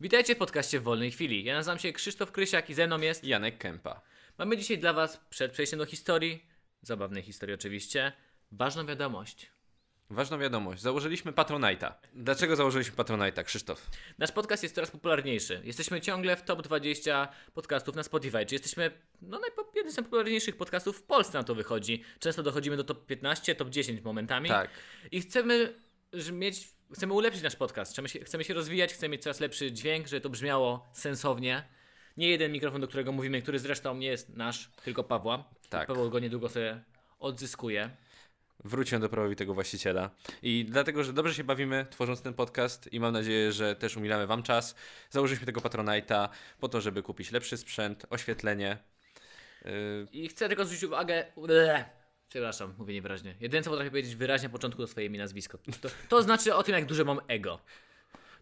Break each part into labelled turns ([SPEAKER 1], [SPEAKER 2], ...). [SPEAKER 1] Witajcie w podcaście w wolnej chwili. Ja nazywam się Krzysztof Krysiak i ze mną jest.
[SPEAKER 2] Janek Kępa.
[SPEAKER 1] Mamy dzisiaj dla Was, przed przejściem do historii, zabawnej historii oczywiście, ważną wiadomość.
[SPEAKER 2] Ważna wiadomość, założyliśmy Patronite'a. Dlaczego założyliśmy Patronite'a, Krzysztof?
[SPEAKER 1] Nasz podcast jest coraz popularniejszy. Jesteśmy ciągle w top 20 podcastów na Spotify, czyli jesteśmy no, najpo- jednym z najpopularniejszych podcastów w Polsce na to wychodzi. Często dochodzimy do top 15, top 10 momentami.
[SPEAKER 2] Tak.
[SPEAKER 1] I chcemy ż- mieć, chcemy ulepszyć nasz podcast. Chcemy się, chcemy się rozwijać, chcemy mieć coraz lepszy dźwięk, żeby to brzmiało sensownie. Nie jeden mikrofon, do którego mówimy, który zresztą nie jest nasz, tylko Pawła.
[SPEAKER 2] Tak.
[SPEAKER 1] Paweł go niedługo sobie odzyskuje.
[SPEAKER 2] Wróciłem do prawowitego właściciela. I dlatego, że dobrze się bawimy tworząc ten podcast i mam nadzieję, że też umilamy Wam czas, założyliśmy tego Patronite'a po to, żeby kupić lepszy sprzęt, oświetlenie. Yy,
[SPEAKER 1] I chcę tylko zwrócić uwagę. Bleh. Przepraszam, mówię niewyraźnie. Jedyne co potrafię powiedzieć wyraźnie na początku to swoje imię i nazwisko. To, to znaczy o tym, jak duże mam ego.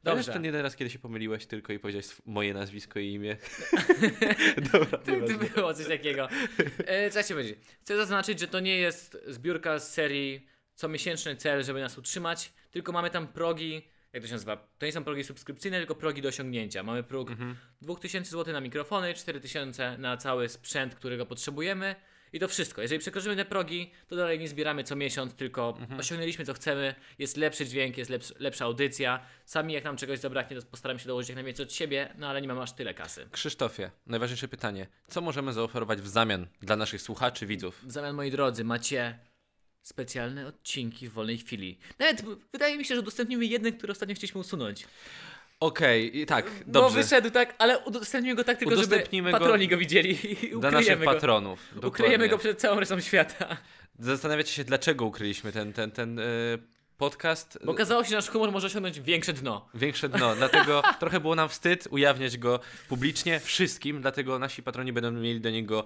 [SPEAKER 2] Dobrze.
[SPEAKER 1] Dobrze.
[SPEAKER 2] ten jeden raz, kiedy się pomyliłaś tylko i powiedziałaś sw- moje nazwisko i imię. Dobra, nieważne.
[SPEAKER 1] Gdyby było coś takiego. E, co ja się powiedzieć? Chcę zaznaczyć, że to nie jest zbiórka z serii comiesięczny cel, żeby nas utrzymać, tylko mamy tam progi, jak to się nazywa? To nie są progi subskrypcyjne, tylko progi do osiągnięcia. Mamy próg 2000 zł na mikrofony, 4000 na cały sprzęt, którego potrzebujemy i to wszystko. Jeżeli przekroczymy te progi, to dalej nie zbieramy co miesiąc, tylko osiągnęliśmy co chcemy, jest lepszy dźwięk, jest leps- lepsza audycja. Sami jak nam czegoś zabraknie, to postaramy się dołożyć jak najwięcej od siebie, no ale nie mamy aż tyle kasy.
[SPEAKER 2] Krzysztofie, najważniejsze pytanie. Co możemy zaoferować w zamian dla naszych słuchaczy, widzów?
[SPEAKER 1] W zamian, moi drodzy, macie specjalne odcinki w wolnej chwili. Nawet b- wydaje mi się, że udostępnimy jeden, który ostatnio chcieliśmy usunąć.
[SPEAKER 2] Okej, i tak,
[SPEAKER 1] No
[SPEAKER 2] dobrze.
[SPEAKER 1] wyszedł tak, ale udostępnimy go tak tylko,
[SPEAKER 2] Udostępnimy
[SPEAKER 1] żeby
[SPEAKER 2] go
[SPEAKER 1] patroni go widzieli i
[SPEAKER 2] dla naszych
[SPEAKER 1] ukryjemy go.
[SPEAKER 2] patronów.
[SPEAKER 1] Ukryjemy
[SPEAKER 2] dokładnie.
[SPEAKER 1] go przed całą resztą świata.
[SPEAKER 2] Zastanawiacie się, dlaczego ukryliśmy ten, ten, ten e, podcast?
[SPEAKER 1] Bo okazało się, że nasz humor może osiągnąć większe dno.
[SPEAKER 2] Większe dno, dlatego trochę było nam wstyd ujawniać go publicznie wszystkim, dlatego nasi patroni będą mieli do niego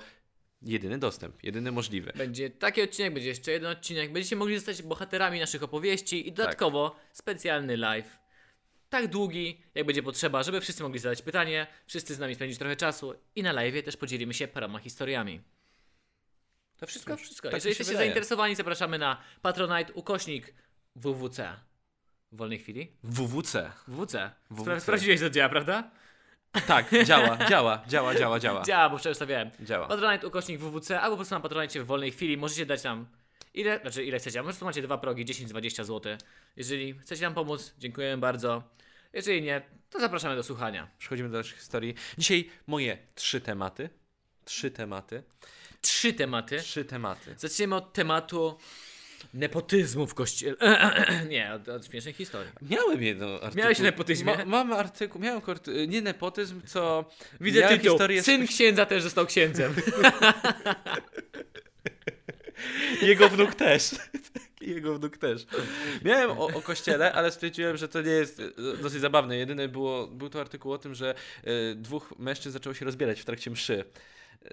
[SPEAKER 2] jedyny dostęp, jedyny możliwy.
[SPEAKER 1] Będzie taki odcinek, będzie jeszcze jeden odcinek. Będziecie mogli zostać bohaterami naszych opowieści i dodatkowo specjalny live. Tak długi, jak będzie potrzeba, żeby wszyscy mogli zadać pytanie, wszyscy z nami spędzić trochę czasu i na live też podzielimy się paroma historiami.
[SPEAKER 2] To
[SPEAKER 1] Wszystko, wszystko.
[SPEAKER 2] Tak mi się
[SPEAKER 1] Jeżeli jesteście
[SPEAKER 2] wydaje.
[SPEAKER 1] zainteresowani, zapraszamy na patronite ukośnik WWC. W wolnej chwili?
[SPEAKER 2] WWC.
[SPEAKER 1] WWC. Spra-
[SPEAKER 2] WWC.
[SPEAKER 1] sprawdziłeś, że działa, prawda?
[SPEAKER 2] Tak, działa, działa, działa, działa, działa.
[SPEAKER 1] Działa, bo wczoraj stawiałem.
[SPEAKER 2] Działa.
[SPEAKER 1] Patronite ukośnik WWC, albo po prostu na patronite w wolnej chwili możecie dać nam ile, znaczy ile chcecie, a po prostu macie dwa progi, 10-20 zł. Jeżeli chcecie nam pomóc, dziękujemy bardzo. Jeżeli nie, to zapraszamy do słuchania.
[SPEAKER 2] Przechodzimy do naszych historii. Dzisiaj moje trzy tematy. Trzy tematy.
[SPEAKER 1] Trzy tematy.
[SPEAKER 2] Trzy tematy.
[SPEAKER 1] Zaczniemy od tematu nepotyzmu w kościele. nie, od, od śmiesznej historii.
[SPEAKER 2] Miałem jedną artykuł.
[SPEAKER 1] Miałeś nepotyzmie?
[SPEAKER 2] Ma, mam artykuł, miałem kort, nie nepotyzm, co...
[SPEAKER 1] Widzę
[SPEAKER 2] miałem
[SPEAKER 1] tytuł.
[SPEAKER 2] historię z-
[SPEAKER 1] Syn księdza też został księdzem.
[SPEAKER 2] Jego wnuk też. Jego wnuk też. Miałem o, o kościele, ale stwierdziłem, że to nie jest e, dosyć zabawne. Jedyne było, był to artykuł o tym, że e, dwóch mężczyzn zaczęło się rozbierać w trakcie mszy.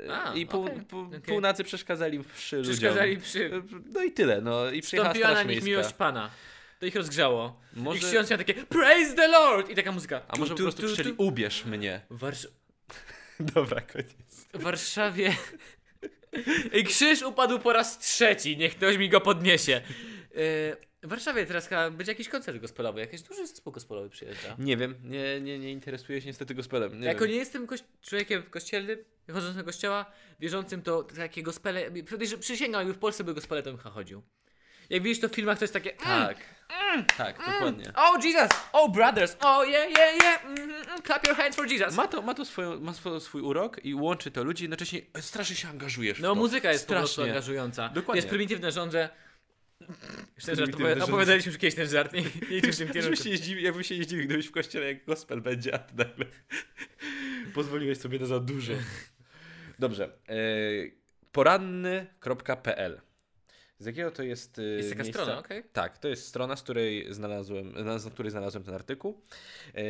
[SPEAKER 2] E,
[SPEAKER 1] A,
[SPEAKER 2] I pół,
[SPEAKER 1] okej,
[SPEAKER 2] pół,
[SPEAKER 1] okej.
[SPEAKER 2] półnacy przeszkadzali w mszy
[SPEAKER 1] Przeszkadzali
[SPEAKER 2] ludziom.
[SPEAKER 1] przy...
[SPEAKER 2] E, No i tyle, no i przyjechała
[SPEAKER 1] Wstąpiła
[SPEAKER 2] Straż
[SPEAKER 1] na nich
[SPEAKER 2] Miejska.
[SPEAKER 1] miłość Pana. To ich rozgrzało.
[SPEAKER 2] Może-
[SPEAKER 1] I ksiądz miał takie Praise the Lord! I taka muzyka.
[SPEAKER 2] A
[SPEAKER 1] Tu,
[SPEAKER 2] może po
[SPEAKER 1] tu,
[SPEAKER 2] prostu
[SPEAKER 1] tu,
[SPEAKER 2] krzyczeli,
[SPEAKER 1] tu.
[SPEAKER 2] ubierz mnie.
[SPEAKER 1] Warsz...
[SPEAKER 2] Dobra, koniec.
[SPEAKER 1] W Warszawie... I krzyż upadł po raz trzeci. Niech ktoś mi go podniesie. Yy, w Warszawie teraz chyba będzie jakiś koncert gospellowy. Jakiś duży zespół gospellowy przyjeżdża.
[SPEAKER 2] Nie wiem, nie, nie, nie interesuję się niestety gospelem. Nie
[SPEAKER 1] jako
[SPEAKER 2] wiem.
[SPEAKER 1] nie jestem koś- człowiekiem kościelnym, chodzącym do kościoła, wierzącym, to takie gospele... Podejrzewam- Przysięgam, jakby w Polsce był gospele, to bym chodził. Jak widzisz to w filmach, to jest takie... Mm,
[SPEAKER 2] Tak, tak, dokładnie.
[SPEAKER 1] Oh Jesus! Oh brothers! Oh yeah, yeah, yeah! Mm, mm, mm. Clap your hands for Jesus!
[SPEAKER 2] Ma to, ma to swoją, ma swo- swój urok i łączy to ludzi, jednocześnie strasznie się angażujesz. w
[SPEAKER 1] no
[SPEAKER 2] to.
[SPEAKER 1] muzyka jest po prostu
[SPEAKER 2] strasznie.
[SPEAKER 1] angażująca.
[SPEAKER 2] Dokładnie.
[SPEAKER 1] Jest prymitywne żądze. Już ten żart
[SPEAKER 2] Prymitywne
[SPEAKER 1] opowi-
[SPEAKER 2] żądze.
[SPEAKER 1] opowiadaliśmy już kiedyś ten żart. Nie, nie idźmy w tym
[SPEAKER 2] Jakbym
[SPEAKER 1] kierunku.
[SPEAKER 2] się, nie zdziwił, jakbym się nie zdziwił, gdybyś w kościele jak gospel będzie, a ty nagle pozwoliłeś sobie na za dużo. Dobrze. E, poranny.pl Z jakiego to jest e,
[SPEAKER 1] Jest taka
[SPEAKER 2] miejsca?
[SPEAKER 1] strona, okej.
[SPEAKER 2] Tak, to jest strona, z której znalazłem, na, na której znalazłem ten artykuł. E,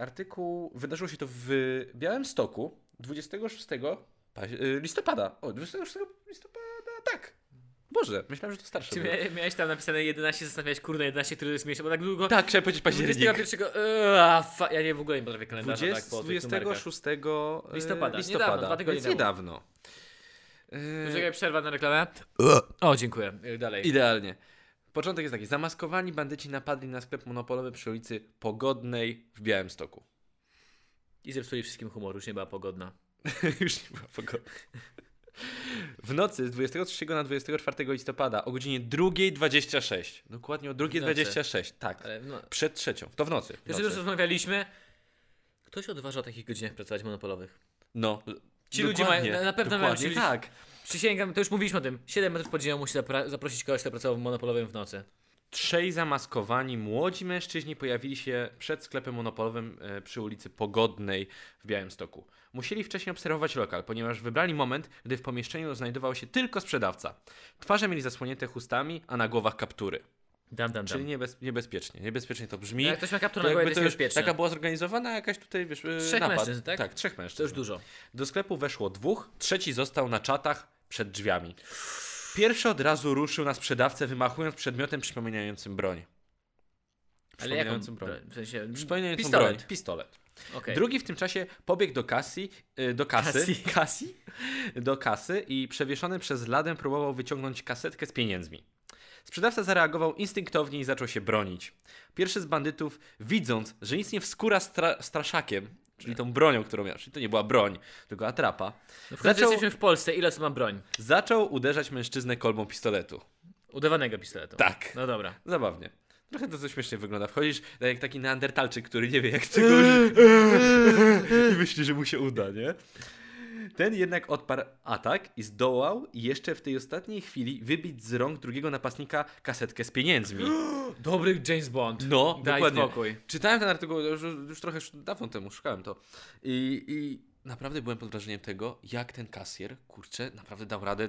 [SPEAKER 2] artykuł wydarzyło się to w Białymstoku 26 paź- e, listopada. O, 26 listopada, tak. Boże, myślałem, że to starsze.
[SPEAKER 1] Czy
[SPEAKER 2] było.
[SPEAKER 1] mia- miałeś tam napisane 11, zastanawiałeś, kurde, 11, który jest miesiąc, bo tak długo...
[SPEAKER 2] Tak, chciałem powiedzieć październik.
[SPEAKER 1] 21... Eee, fa- ja nie w ogóle nie potrafię kalendarza
[SPEAKER 2] 20,
[SPEAKER 1] tak po tych numerkach.
[SPEAKER 2] 26 e,
[SPEAKER 1] Listopada.
[SPEAKER 2] listopada.
[SPEAKER 1] Niedawno, dwa tygodnie
[SPEAKER 2] więc niedawno. E,
[SPEAKER 1] Poczekaj, przerwa na reklamę. O, dziękuję. E, Dalej.
[SPEAKER 2] Idealnie. Początek jest taki. Zamaskowani bandyci napadli na sklep monopolowy przy ulicy Pogodnej w Białymstoku.
[SPEAKER 1] I zepsuli wszystkim humor, już nie była pogodna.
[SPEAKER 2] Już nie była pogoda. W nocy z 23 na 24 listopada o godzinie 2.26. Dokładnie o 2.26, tak.
[SPEAKER 1] Ale no,
[SPEAKER 2] Przed trzecią. To w nocy. W
[SPEAKER 1] Jeszcze już
[SPEAKER 2] nocy.
[SPEAKER 1] rozmawialiśmy. Kto się odważa o takich godzinach pracować monopolowych?
[SPEAKER 2] No.
[SPEAKER 1] Ci ludzie mają-
[SPEAKER 2] dokładnie,
[SPEAKER 1] na pewno mają
[SPEAKER 2] dokładnie
[SPEAKER 1] ci-
[SPEAKER 2] Tak.
[SPEAKER 1] Przysięgam, to już mówiliśmy o tym. 7 metrów podziemia musi zapra- zaprosić kogoś, kto pracował w monopolowym w nocy.
[SPEAKER 2] Trzej zamaskowani młodzi mężczyźni pojawili się przed sklepem monopolowym e, przy ulicy Pogodnej w Białymstoku. Musieli wcześniej obserwować lokal, ponieważ wybrali moment, gdy w pomieszczeniu znajdował się tylko sprzedawca. Twarze mieli zasłonięte chustami, a na głowach kaptury.
[SPEAKER 1] Dam, dam,
[SPEAKER 2] Czyli
[SPEAKER 1] dam.
[SPEAKER 2] niebez, niebezpiecznie. Niebezpiecznie to brzmi.
[SPEAKER 1] No, Jak ktoś ma kaptur
[SPEAKER 2] To
[SPEAKER 1] na głowie, to
[SPEAKER 2] jakby
[SPEAKER 1] jest
[SPEAKER 2] to już
[SPEAKER 1] niebezpieczne.
[SPEAKER 2] taka była zorganizowana jakaś tutaj, wiesz, e,
[SPEAKER 1] Trzech
[SPEAKER 2] napad.
[SPEAKER 1] mężczyzn, tak?
[SPEAKER 2] Tak, trzech mężczyzn.
[SPEAKER 1] To już dużo.
[SPEAKER 2] Do sklepu weszło dwóch, trzeci został na czatach przed drzwiami. Pierwszy od razu ruszył na sprzedawcę, wymachując przedmiotem przypominającym broń.
[SPEAKER 1] Ale jaką?
[SPEAKER 2] Przypominającym broń.
[SPEAKER 1] W sensie,
[SPEAKER 2] Przypominającą
[SPEAKER 1] pistolet.
[SPEAKER 2] broń. Pistolet.
[SPEAKER 1] Okej.
[SPEAKER 2] Drugi w tym czasie pobiegł do kasy, e, do kasy,
[SPEAKER 1] Kasy.
[SPEAKER 2] kasy, do kasy i przewieszony przez ladę próbował wyciągnąć kasetkę z pieniędzmi. Sprzedawca zareagował instynktownie i zaczął się bronić. Pierwszy z bandytów, widząc, że nic nie wskóra stra- straszakiem, czyli tą bronią, którą miał, czyli to nie była broń, tylko atrapa,
[SPEAKER 1] No w końcu
[SPEAKER 2] zaczął,
[SPEAKER 1] jesteśmy w Polsce, ile osób ma broń?
[SPEAKER 2] zaczął uderzać mężczyznę kolbą pistoletu.
[SPEAKER 1] Udawanego pistoletu.
[SPEAKER 2] Tak.
[SPEAKER 1] No dobra.
[SPEAKER 2] Zabawnie. Trochę to coś śmiesznie wygląda. Wchodzisz tak jak taki neandertalczyk, który nie wie jak tego i myśli, że mu się uda, nie? Ten jednak odparł atak i zdołał jeszcze w tej ostatniej chwili wybić z rąk drugiego napastnika kasetkę z pieniędzmi.
[SPEAKER 1] Dobry James Bond.
[SPEAKER 2] No,
[SPEAKER 1] Daj
[SPEAKER 2] dokładnie.
[SPEAKER 1] spokój.
[SPEAKER 2] Czytałem ten artykuł, już, już trochę sz- dawno temu szukałem to. I, I naprawdę byłem pod wrażeniem tego, jak ten kasjer, kurczę, naprawdę dał radę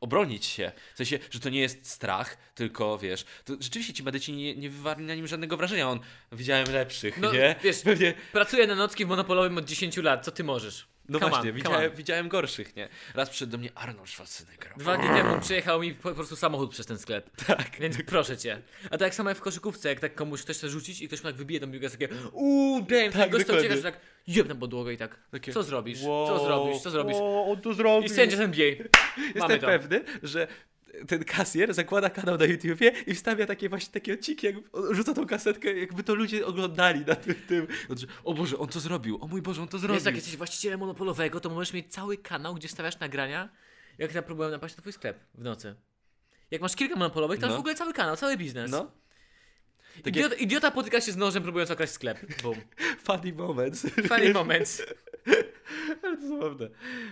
[SPEAKER 2] obronić się. W sensie, że to nie jest strach, tylko wiesz, to rzeczywiście ci badyci nie, nie wywarli na nim żadnego wrażenia. On widziałem lepszych,
[SPEAKER 1] No,
[SPEAKER 2] nie?
[SPEAKER 1] wiesz,
[SPEAKER 2] Pewnie,
[SPEAKER 1] Pracuję na nocki w monopolowym od 10 lat, co ty możesz?
[SPEAKER 2] no
[SPEAKER 1] Come
[SPEAKER 2] właśnie,
[SPEAKER 1] on, come
[SPEAKER 2] widziałem,
[SPEAKER 1] on.
[SPEAKER 2] widziałem gorszych, nie? Raz przyszedł do mnie Arnold Schwarzenegger.
[SPEAKER 1] Dwa dni temu przyjechał mi po po prostu samochód przez ten sklep.
[SPEAKER 2] Tak.
[SPEAKER 1] Więc proszę cię. A tak samo jak w koszykówce, jak tak komuś ktoś chce rzucić i ktoś mu tak wybije tą piłkę, jest takie uuu, damn, tak, gość
[SPEAKER 2] dokładnie.
[SPEAKER 1] ucieka, że tak jeb na podłogę i tak,
[SPEAKER 2] Takie,
[SPEAKER 1] co zrobisz, co zrobisz, co zrobisz.
[SPEAKER 2] Wow, on to zrobił.
[SPEAKER 1] I sędzia z NBA.
[SPEAKER 2] Jestem
[SPEAKER 1] to.
[SPEAKER 2] pewny, że ten kasjer zakłada kanał na YouTubie i wstawia takie właśnie takie odcinki, jak on rzuca tą kasetkę, jakby to ludzie oglądali na tym. tym. On, że, o Boże, on to zrobił, o mój Boże, on to zrobił.
[SPEAKER 1] Jest tak, jesteś właścicielem monopolowego, to możesz mieć cały kanał, gdzie stawiasz nagrania, jak ja próbowałem napaść na twój sklep w nocy. Jak masz kilka monopolowych, to
[SPEAKER 2] No.
[SPEAKER 1] masz w ogóle cały kanał, cały biznes.
[SPEAKER 2] No, tak takie-
[SPEAKER 1] Idiota, idiota potyka się z nożem, próbując okraść sklep. Boom.
[SPEAKER 2] funny moments.
[SPEAKER 1] Fajny moment.
[SPEAKER 2] Tak. Ale to zabawne.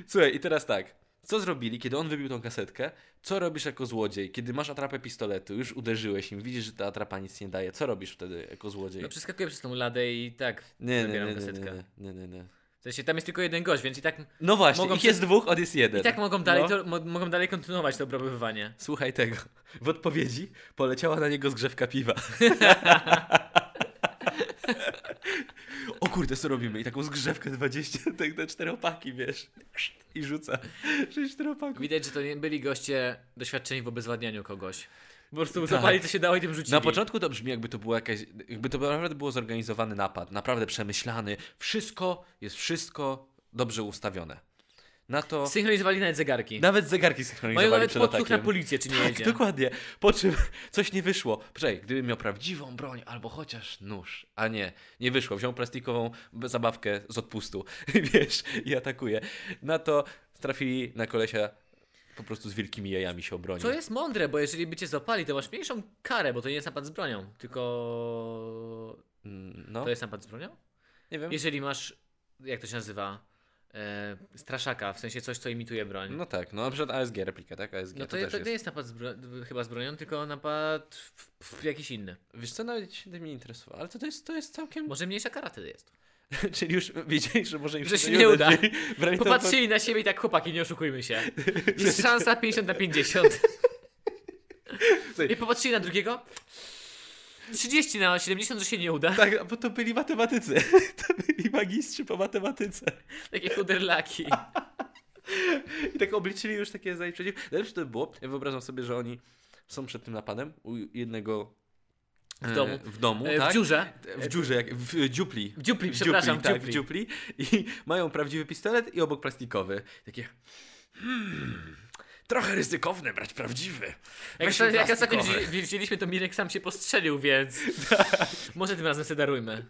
[SPEAKER 2] Słuchaj, i teraz tak. Co zrobili, kiedy on wybił tą kasetkę? Co robisz jako złodziej? Kiedy masz atrapę pistoletu, już uderzyłeś im, widzisz, że ta atrapa nic nie daje. Co robisz wtedy jako złodziej?
[SPEAKER 1] No przeskakuję przez tą ladę i tak
[SPEAKER 2] nie, nie, nie,
[SPEAKER 1] zabieram
[SPEAKER 2] nie, nie,
[SPEAKER 1] kasetkę.
[SPEAKER 2] nie, nie, nie, nie.
[SPEAKER 1] W sensie tam jest tylko jeden gość, więc i tak,
[SPEAKER 2] No właśnie,
[SPEAKER 1] Mogą
[SPEAKER 2] ich
[SPEAKER 1] przy-
[SPEAKER 2] jest dwóch, on jest jeden.
[SPEAKER 1] i tak mogą, dalej
[SPEAKER 2] No.
[SPEAKER 1] to, mo, mogą dalej kontynuować to obrabowywanie.
[SPEAKER 2] Słuchaj tego. W odpowiedzi poleciała na niego zgrzewka piwa. o kurde, co robimy? I taką zgrzewkę 20, tak na czteropaki, wiesz. I rzuca. Sześć czteropaków.
[SPEAKER 1] Widać, że to nie byli goście doświadczeni w obezwładnianiu kogoś. Po prostu
[SPEAKER 2] Tak.
[SPEAKER 1] zapali co się dało i tym rzucili.
[SPEAKER 2] Na początku to brzmi, jakby to było jakaś, jakby to naprawdę było zorganizowany napad, naprawdę przemyślany. Wszystko jest wszystko dobrze ustawione. Na to
[SPEAKER 1] Synchronizowali nawet zegarki.
[SPEAKER 2] nawet zegarki
[SPEAKER 1] Mają
[SPEAKER 2] synchronizowali
[SPEAKER 1] nawet
[SPEAKER 2] przed
[SPEAKER 1] podsłuch na
[SPEAKER 2] atakiem.
[SPEAKER 1] policję, czy nie
[SPEAKER 2] Tak,
[SPEAKER 1] jedzie.
[SPEAKER 2] dokładnie. Po czym coś nie wyszło. Poczekaj, gdybym miał prawdziwą broń albo chociaż nóż. A nie, nie wyszło. Wziął plastikową b- zabawkę z odpustu, wiesz, i atakuje. Na to trafili na kolesia po prostu z wielkimi jajami się obronił.
[SPEAKER 1] Co jest mądre, bo jeżeli by cię zapali, to masz mniejszą karę, bo to nie jest napad z bronią, tylko...
[SPEAKER 2] Mm, No,
[SPEAKER 1] To jest napad z bronią?
[SPEAKER 2] nie wiem.
[SPEAKER 1] Jeżeli masz, jak to się nazywa, e, straszaka, w sensie coś, co imituje broń.
[SPEAKER 2] No tak, no na przykład ASG replika, tak? ASG
[SPEAKER 1] No
[SPEAKER 2] to,
[SPEAKER 1] to, je-
[SPEAKER 2] też
[SPEAKER 1] to
[SPEAKER 2] jest.
[SPEAKER 1] nie jest napad z bro- chyba z bronią, tylko napad w, w, w jakiś inny.
[SPEAKER 2] Wiesz co, nawet się tym nie interesowało, ale to, to, jest, to jest całkiem...
[SPEAKER 1] Może mniejsza kara wtedy jest.
[SPEAKER 2] Czyli już wiedzieli, że może im
[SPEAKER 1] Że
[SPEAKER 2] to
[SPEAKER 1] się nie uda.
[SPEAKER 2] Wzięli- brali to pod-
[SPEAKER 1] Popatrzyli na siebie i tak, chłopaki, nie oszukujmy się. Jest szansa 50 na 50. I popatrzyli na drugiego. 30 na 70, że się nie uda.
[SPEAKER 2] Tak, bo to byli matematycy. To byli magistrzy po matematyce.
[SPEAKER 1] Takie chuderlaki.
[SPEAKER 2] I tak obliczyli już takie za i przeciw. Najlepsze to by było, ja wyobrażam sobie, że oni są przed tym napadem u jednego
[SPEAKER 1] W domu.
[SPEAKER 2] w domu,
[SPEAKER 1] E,
[SPEAKER 2] tak?
[SPEAKER 1] W dziurze.
[SPEAKER 2] w dziurze, jak w e, dziupli.
[SPEAKER 1] W dziupli, przepraszam,
[SPEAKER 2] w dziupli,
[SPEAKER 1] w
[SPEAKER 2] tak, w
[SPEAKER 1] dziupli.
[SPEAKER 2] dziupli. I mają prawdziwy pistolet i obok plastikowy. Takie hmm, Trochę ryzykowne brać prawdziwy.
[SPEAKER 1] Jak,
[SPEAKER 2] Weźmy
[SPEAKER 1] sta- jak ostatnio
[SPEAKER 2] plastikowe.
[SPEAKER 1] wi- widzieliśmy, to Mirek sam się postrzelił, więc może tym razem sobie darujmy.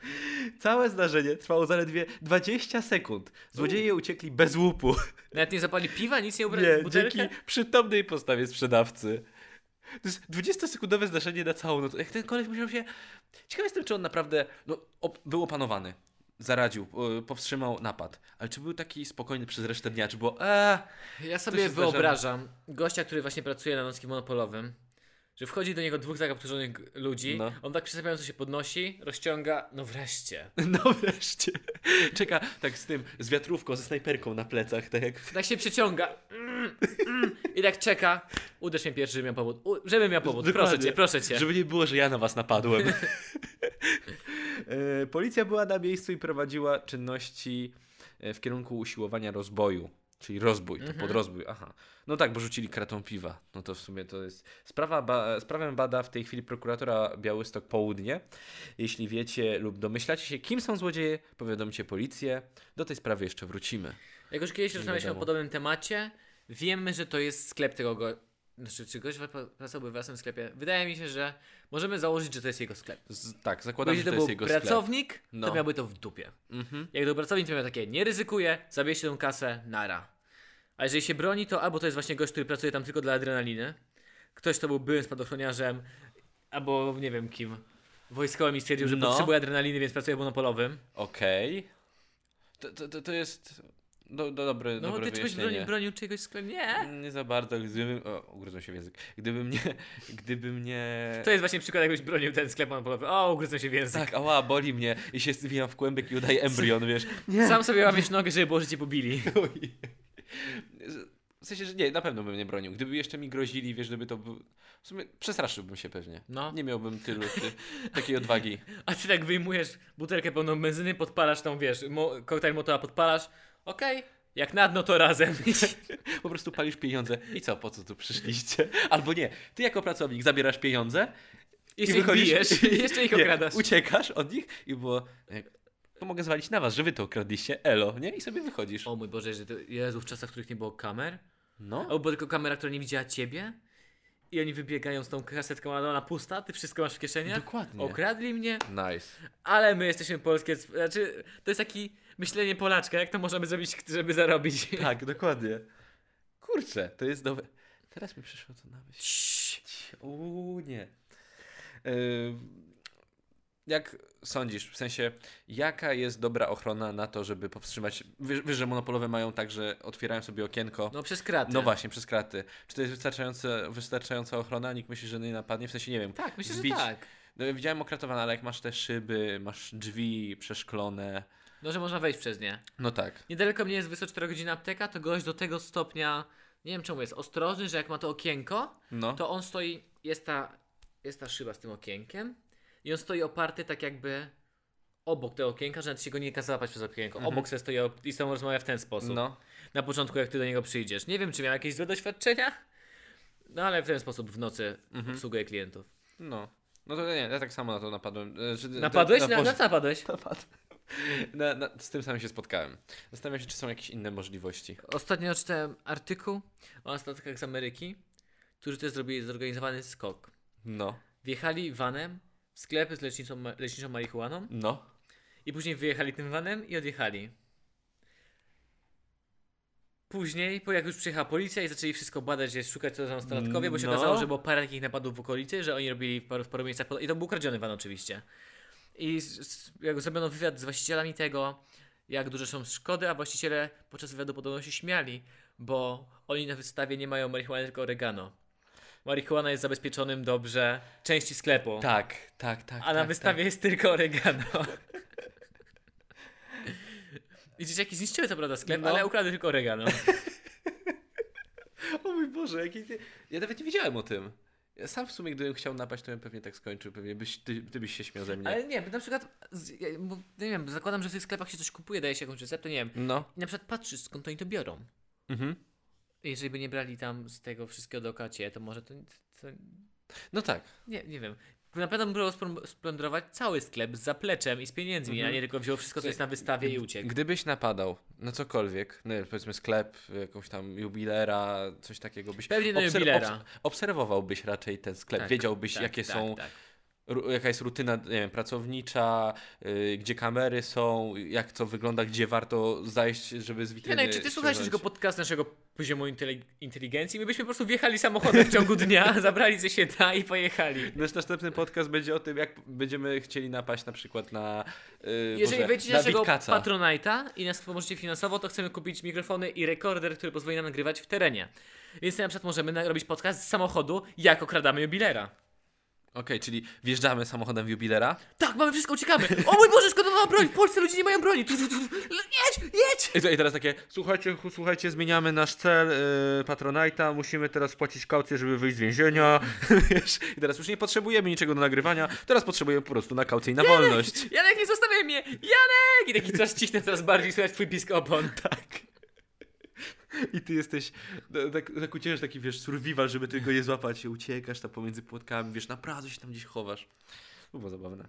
[SPEAKER 2] Całe zdarzenie trwało zaledwie 20 sekund. Złodzieje uciekli bez łupu.
[SPEAKER 1] Nawet nie zapali piwa, nic nie ubrali,
[SPEAKER 2] Nie,
[SPEAKER 1] butelkę.
[SPEAKER 2] dzięki przytomnej postawie sprzedawcy. To jest 20-sekundowe zdarzenie na całą noc. Jak ten koleś musiał się... Ciekaw jestem, czy on naprawdę no, op- był opanowany. Zaradził, y, powstrzymał napad. Ale czy był taki spokojny przez resztę dnia, czy było... Eee,
[SPEAKER 1] Ja
[SPEAKER 2] To
[SPEAKER 1] sobie
[SPEAKER 2] się zdarza.
[SPEAKER 1] wyobrażam gościa, który właśnie pracuje na nockim monopolowym, że wchodzi do niego dwóch zakapturzonych g- ludzi,
[SPEAKER 2] No.
[SPEAKER 1] on tak przysypiająco się podnosi, rozciąga, no wreszcie.
[SPEAKER 2] no wreszcie. Czeka tak z tym, z wiatrówką, ze snajperką na plecach, tak jak...
[SPEAKER 1] Tak się przyciąga mm, mm, i tak czeka. Uderz mnie pierwszy, żebym miał powód. U, żebym miał powód, proszę
[SPEAKER 2] Dokładnie.
[SPEAKER 1] cię, proszę cię.
[SPEAKER 2] Żeby nie było, że ja na was napadłem. E, Policja była na miejscu i prowadziła czynności e, w kierunku usiłowania rozboju. Czyli rozbój, to
[SPEAKER 1] Mhm.
[SPEAKER 2] podrozbój, aha. No tak, bo rzucili kratą piwa. No to w sumie to jest... Sprawa ba... Sprawę bada w tej chwili prokuratora Białystok Południe. Jeśli wiecie lub domyślacie się, kim są złodzieje, powiadomcie policję. Do tej sprawy jeszcze wrócimy.
[SPEAKER 1] Jak już kiedyś rozmawialiśmy o
[SPEAKER 2] wiadomo.
[SPEAKER 1] podobnym temacie, wiemy, że to jest sklep tego go... Znaczy, czy gość pra- pracowałby we własnym sklepie? Wydaje mi się, że możemy założyć, że to jest jego sklep.
[SPEAKER 2] Z... Tak,
[SPEAKER 1] Bo
[SPEAKER 2] zakładam, że
[SPEAKER 1] No jeśli
[SPEAKER 2] to
[SPEAKER 1] to
[SPEAKER 2] jest
[SPEAKER 1] był
[SPEAKER 2] jego
[SPEAKER 1] pracownik,
[SPEAKER 2] No.
[SPEAKER 1] to miałby to w dupie.
[SPEAKER 2] sklep. Mhm.
[SPEAKER 1] Jak do pracownik to miał takie, nie ryzykuję, zabierzcie tą kasę, nara. A jeżeli się broni, to albo to jest właśnie gość, który pracuje tam tylko dla adrenaliny, ktoś, kto był byłym spadochroniarzem, albo nie wiem kim, wojskowym i stwierdził, że
[SPEAKER 2] No.
[SPEAKER 1] potrzebuje adrenaliny, więc pracuje w monopolowym.
[SPEAKER 2] Okej. To, to, to, to jest... Do, do, dobre,
[SPEAKER 1] No,
[SPEAKER 2] dobre
[SPEAKER 1] ty czegoś
[SPEAKER 2] wyjaśnienie.
[SPEAKER 1] broni, bronił czegoś w sklepie? Nie.
[SPEAKER 2] Nie za bardzo, gdybym... O, ugryzłem się w język. Gdyby mnie... Gdyby mnie...
[SPEAKER 1] To jest właśnie przykład, jakbyś bronił ten sklep monopolowy. O, ugryzłem się w język.
[SPEAKER 2] Tak, ała, boli mnie i się zwijam w kłębek i udaję embrion, wiesz.
[SPEAKER 1] Sam sobie łamiesz nogę, żeby było, że cię pobili.
[SPEAKER 2] Oj. W sensie, że nie, na pewno bym nie bronił. Gdyby jeszcze mi grozili, wiesz, gdyby to był... W sumie przestraszyłbym się pewnie.
[SPEAKER 1] No.
[SPEAKER 2] Nie miałbym tylu ty, takiej odwagi.
[SPEAKER 1] A ty tak wyjmujesz butelkę pełną benzyny, podpalasz tą, wiesz, mo- koktajl motola podpalasz. Okej, jak na dno, to razem.
[SPEAKER 2] Po prostu palisz pieniądze i co, po co tu przyszliście? Albo nie, ty jako pracownik zabierasz pieniądze
[SPEAKER 1] Jeszcze
[SPEAKER 2] I
[SPEAKER 1] ich
[SPEAKER 2] wychodzisz-
[SPEAKER 1] bijesz, jeszcze ich
[SPEAKER 2] Nie,
[SPEAKER 1] okradasz.
[SPEAKER 2] Uciekasz od nich i było. e, To mogę zwalić na was, że wy to okradliście, elo, nie? I sobie wychodzisz.
[SPEAKER 1] O mój Boże, że to Jezu, w czasach, w których nie było kamer?
[SPEAKER 2] No,
[SPEAKER 1] Albo tylko kamera, która nie widziała ciebie? I oni wybiegają z tą kasetką, a ona pusta, ty wszystko masz w kieszeniach?
[SPEAKER 2] dokładnie.
[SPEAKER 1] Okradli mnie,
[SPEAKER 2] Nice.
[SPEAKER 1] ale my jesteśmy polskie. sp- Znaczy, to jest taki myślenie Polaczka, jak to możemy zrobić, żeby zarobić.
[SPEAKER 2] Tak, dokładnie. Kurczę, to jest dobre. Teraz mi przyszło to na myśl.
[SPEAKER 1] Ciii.
[SPEAKER 2] Uuu, nie. E, Jak sądzisz, w sensie, jaka jest dobra ochrona na to, żeby powstrzymać. Wiesz, wiesz że monopolowe mają tak, że otwierają sobie okienko.
[SPEAKER 1] No przez kratę.
[SPEAKER 2] No właśnie, przez kraty. Czy to jest wystarczająca, wystarczająca ochrona? Nikt myśli, że nie napadnie? W sensie, nie wiem,
[SPEAKER 1] Tak, myślę,
[SPEAKER 2] Zbić.
[SPEAKER 1] że tak.
[SPEAKER 2] No, ja widziałem okratowane, ale jak masz te szyby, masz drzwi przeszklone.
[SPEAKER 1] No, że można wejść przez nie.
[SPEAKER 2] No tak.
[SPEAKER 1] Niedaleko mnie jest wyso 4 godzina apteka, to gość do tego stopnia, nie wiem czemu jest ostrożny, że jak ma to okienko,
[SPEAKER 2] No.
[SPEAKER 1] to on stoi, jest ta, jest ta szyba z tym okienkiem i on stoi oparty tak jakby obok tego okienka, że nawet się go nie każe złapać przez okienko.
[SPEAKER 2] Mhm.
[SPEAKER 1] Obok sobie stoi ob- i z tobą rozmawia w ten sposób.
[SPEAKER 2] No.
[SPEAKER 1] Na początku jak ty do niego przyjdziesz. Nie wiem, czy miał jakieś złe doświadczenia, no ale w ten sposób w nocy
[SPEAKER 2] Mhm.
[SPEAKER 1] obsługuje klientów.
[SPEAKER 2] No. No to nie, ja tak samo na to napadłem. E, że-
[SPEAKER 1] Napadłeś?
[SPEAKER 2] to-
[SPEAKER 1] Na, na co napadłeś?
[SPEAKER 2] Napadłem. Na, na, z tym samym się spotkałem. Zastanawiam się, czy są jakieś inne możliwości.
[SPEAKER 1] Ostatnio czytałem artykuł o nastolatkach z Ameryki, którzy też zrobili zorganizowany skok.
[SPEAKER 2] No.
[SPEAKER 1] Wjechali vanem w sklepy z leczniczą, ma- leczniczą marihuaną
[SPEAKER 2] No.
[SPEAKER 1] i później wyjechali tym vanem i odjechali. Później, po jak już przyjechała policja i zaczęli wszystko badać, że szukać co to za nastolatkowie, bo się
[SPEAKER 2] No.
[SPEAKER 1] okazało, że było parę takich napadów w okolicy, że oni robili w paru, w paru miejscach, pod- i to był kradziony van oczywiście. I s- s- jak zrobiono wywiad z właścicielami tego, jak duże są szkody, a właściciele podczas wywiadu podobno się śmiali, bo oni na wystawie nie mają marihuany, tylko oregano. Marihuana jest zabezpieczonym dobrze części sklepu.
[SPEAKER 2] Tak, tak, tak.
[SPEAKER 1] A na
[SPEAKER 2] tak,
[SPEAKER 1] wystawie jest tylko oregano. I dzieciaki zniszczyły co prawda sklep,
[SPEAKER 2] No.
[SPEAKER 1] ale ukradły tylko oregano.
[SPEAKER 2] Tak. O mój Boże, jaki ty... Ja nawet nie wiedziałem o tym. Ja sam w sumie, gdybym chciał napaść, to bym pewnie tak skończył. Pewnie byś, ty, ty byś się śmiał ze mnie.
[SPEAKER 1] Ale nie, bo na przykład, z, ja- bo, nie wiem, zakładam, że w tych sklepach się coś kupuje, daje się jakąś receptę, nie wiem.
[SPEAKER 2] No.
[SPEAKER 1] I na przykład patrzysz, skąd oni to biorą.
[SPEAKER 2] Mhm.
[SPEAKER 1] Jeżeli by nie brali tam z tego wszystkiego do kacie, to może to, to
[SPEAKER 2] No tak.
[SPEAKER 1] nie, nie wiem. Naprawdę bym próbował splą- splądrować cały sklep z zapleczem i z pieniędzmi, a nie tylko wziął wszystko, co jest na wystawie i uciekł.
[SPEAKER 2] Gdybyś napadał na cokolwiek, no, powiedzmy sklep, jakąś tam jubilera, coś takiego, byś
[SPEAKER 1] Pewnie na
[SPEAKER 2] obser-
[SPEAKER 1] jubilera.
[SPEAKER 2] obs- obserwowałbyś raczej ten sklep,
[SPEAKER 1] Tak,
[SPEAKER 2] wiedziałbyś
[SPEAKER 1] tak,
[SPEAKER 2] jakie
[SPEAKER 1] tak,
[SPEAKER 2] są,
[SPEAKER 1] tak.
[SPEAKER 2] ru- jaka jest rutyna nie wiem, pracownicza, y, gdzie kamery są, jak co wygląda, gdzie warto zajść, żeby z witryny
[SPEAKER 1] Janek, no czy ty słuchasz
[SPEAKER 2] ściągnąć.
[SPEAKER 1] naszego podcastu, naszego poziomu intele- inteligencji? My byśmy po prostu wjechali samochodem w ciągu dnia, zabrali ze się da i pojechali.
[SPEAKER 2] Nasz następny podcast będzie o tym, jak będziemy chcieli napaść na przykład na. Yy,
[SPEAKER 1] Jeżeli
[SPEAKER 2] Boże,
[SPEAKER 1] wejdziecie
[SPEAKER 2] na
[SPEAKER 1] naszego
[SPEAKER 2] Witkaca.
[SPEAKER 1] Patronite'a i nas pomożecie finansowo, to chcemy kupić mikrofony i rekorder, który pozwoli nam nagrywać w terenie. Więc na przykład możemy na- robić podcast z samochodu, jak okradamy jubilera.
[SPEAKER 2] Okej, czyli wjeżdżamy samochodem jubilera.
[SPEAKER 1] Tak, mamy wszystko, uciekamy. O mój Boże, skąd ona ma broń? W Polsce ludzie nie mają broni. Tu, tu, tu. Jedź, jedź!
[SPEAKER 2] I, to, I teraz takie, słuchajcie, chu- słuchajcie, zmieniamy nasz cel yy, Patronite'a, musimy teraz płacić kaucję, żeby wyjść z więzienia. Wiesz? I teraz już nie potrzebujemy niczego do nagrywania, teraz potrzebujemy po prostu na kaucję no i na wolność.
[SPEAKER 1] Janek, nie zostawiaj mnie! Janek! I taki coraz cichnie, coraz bardziej słychać twój pisk opon. Tak.
[SPEAKER 2] I ty jesteś, no, tak, tak uciekasz taki, wiesz, survival, żeby tylko je złapać, się uciekasz tam pomiędzy płotkami, wiesz, naprawdę się tam gdzieś chowasz. To Było zabawne.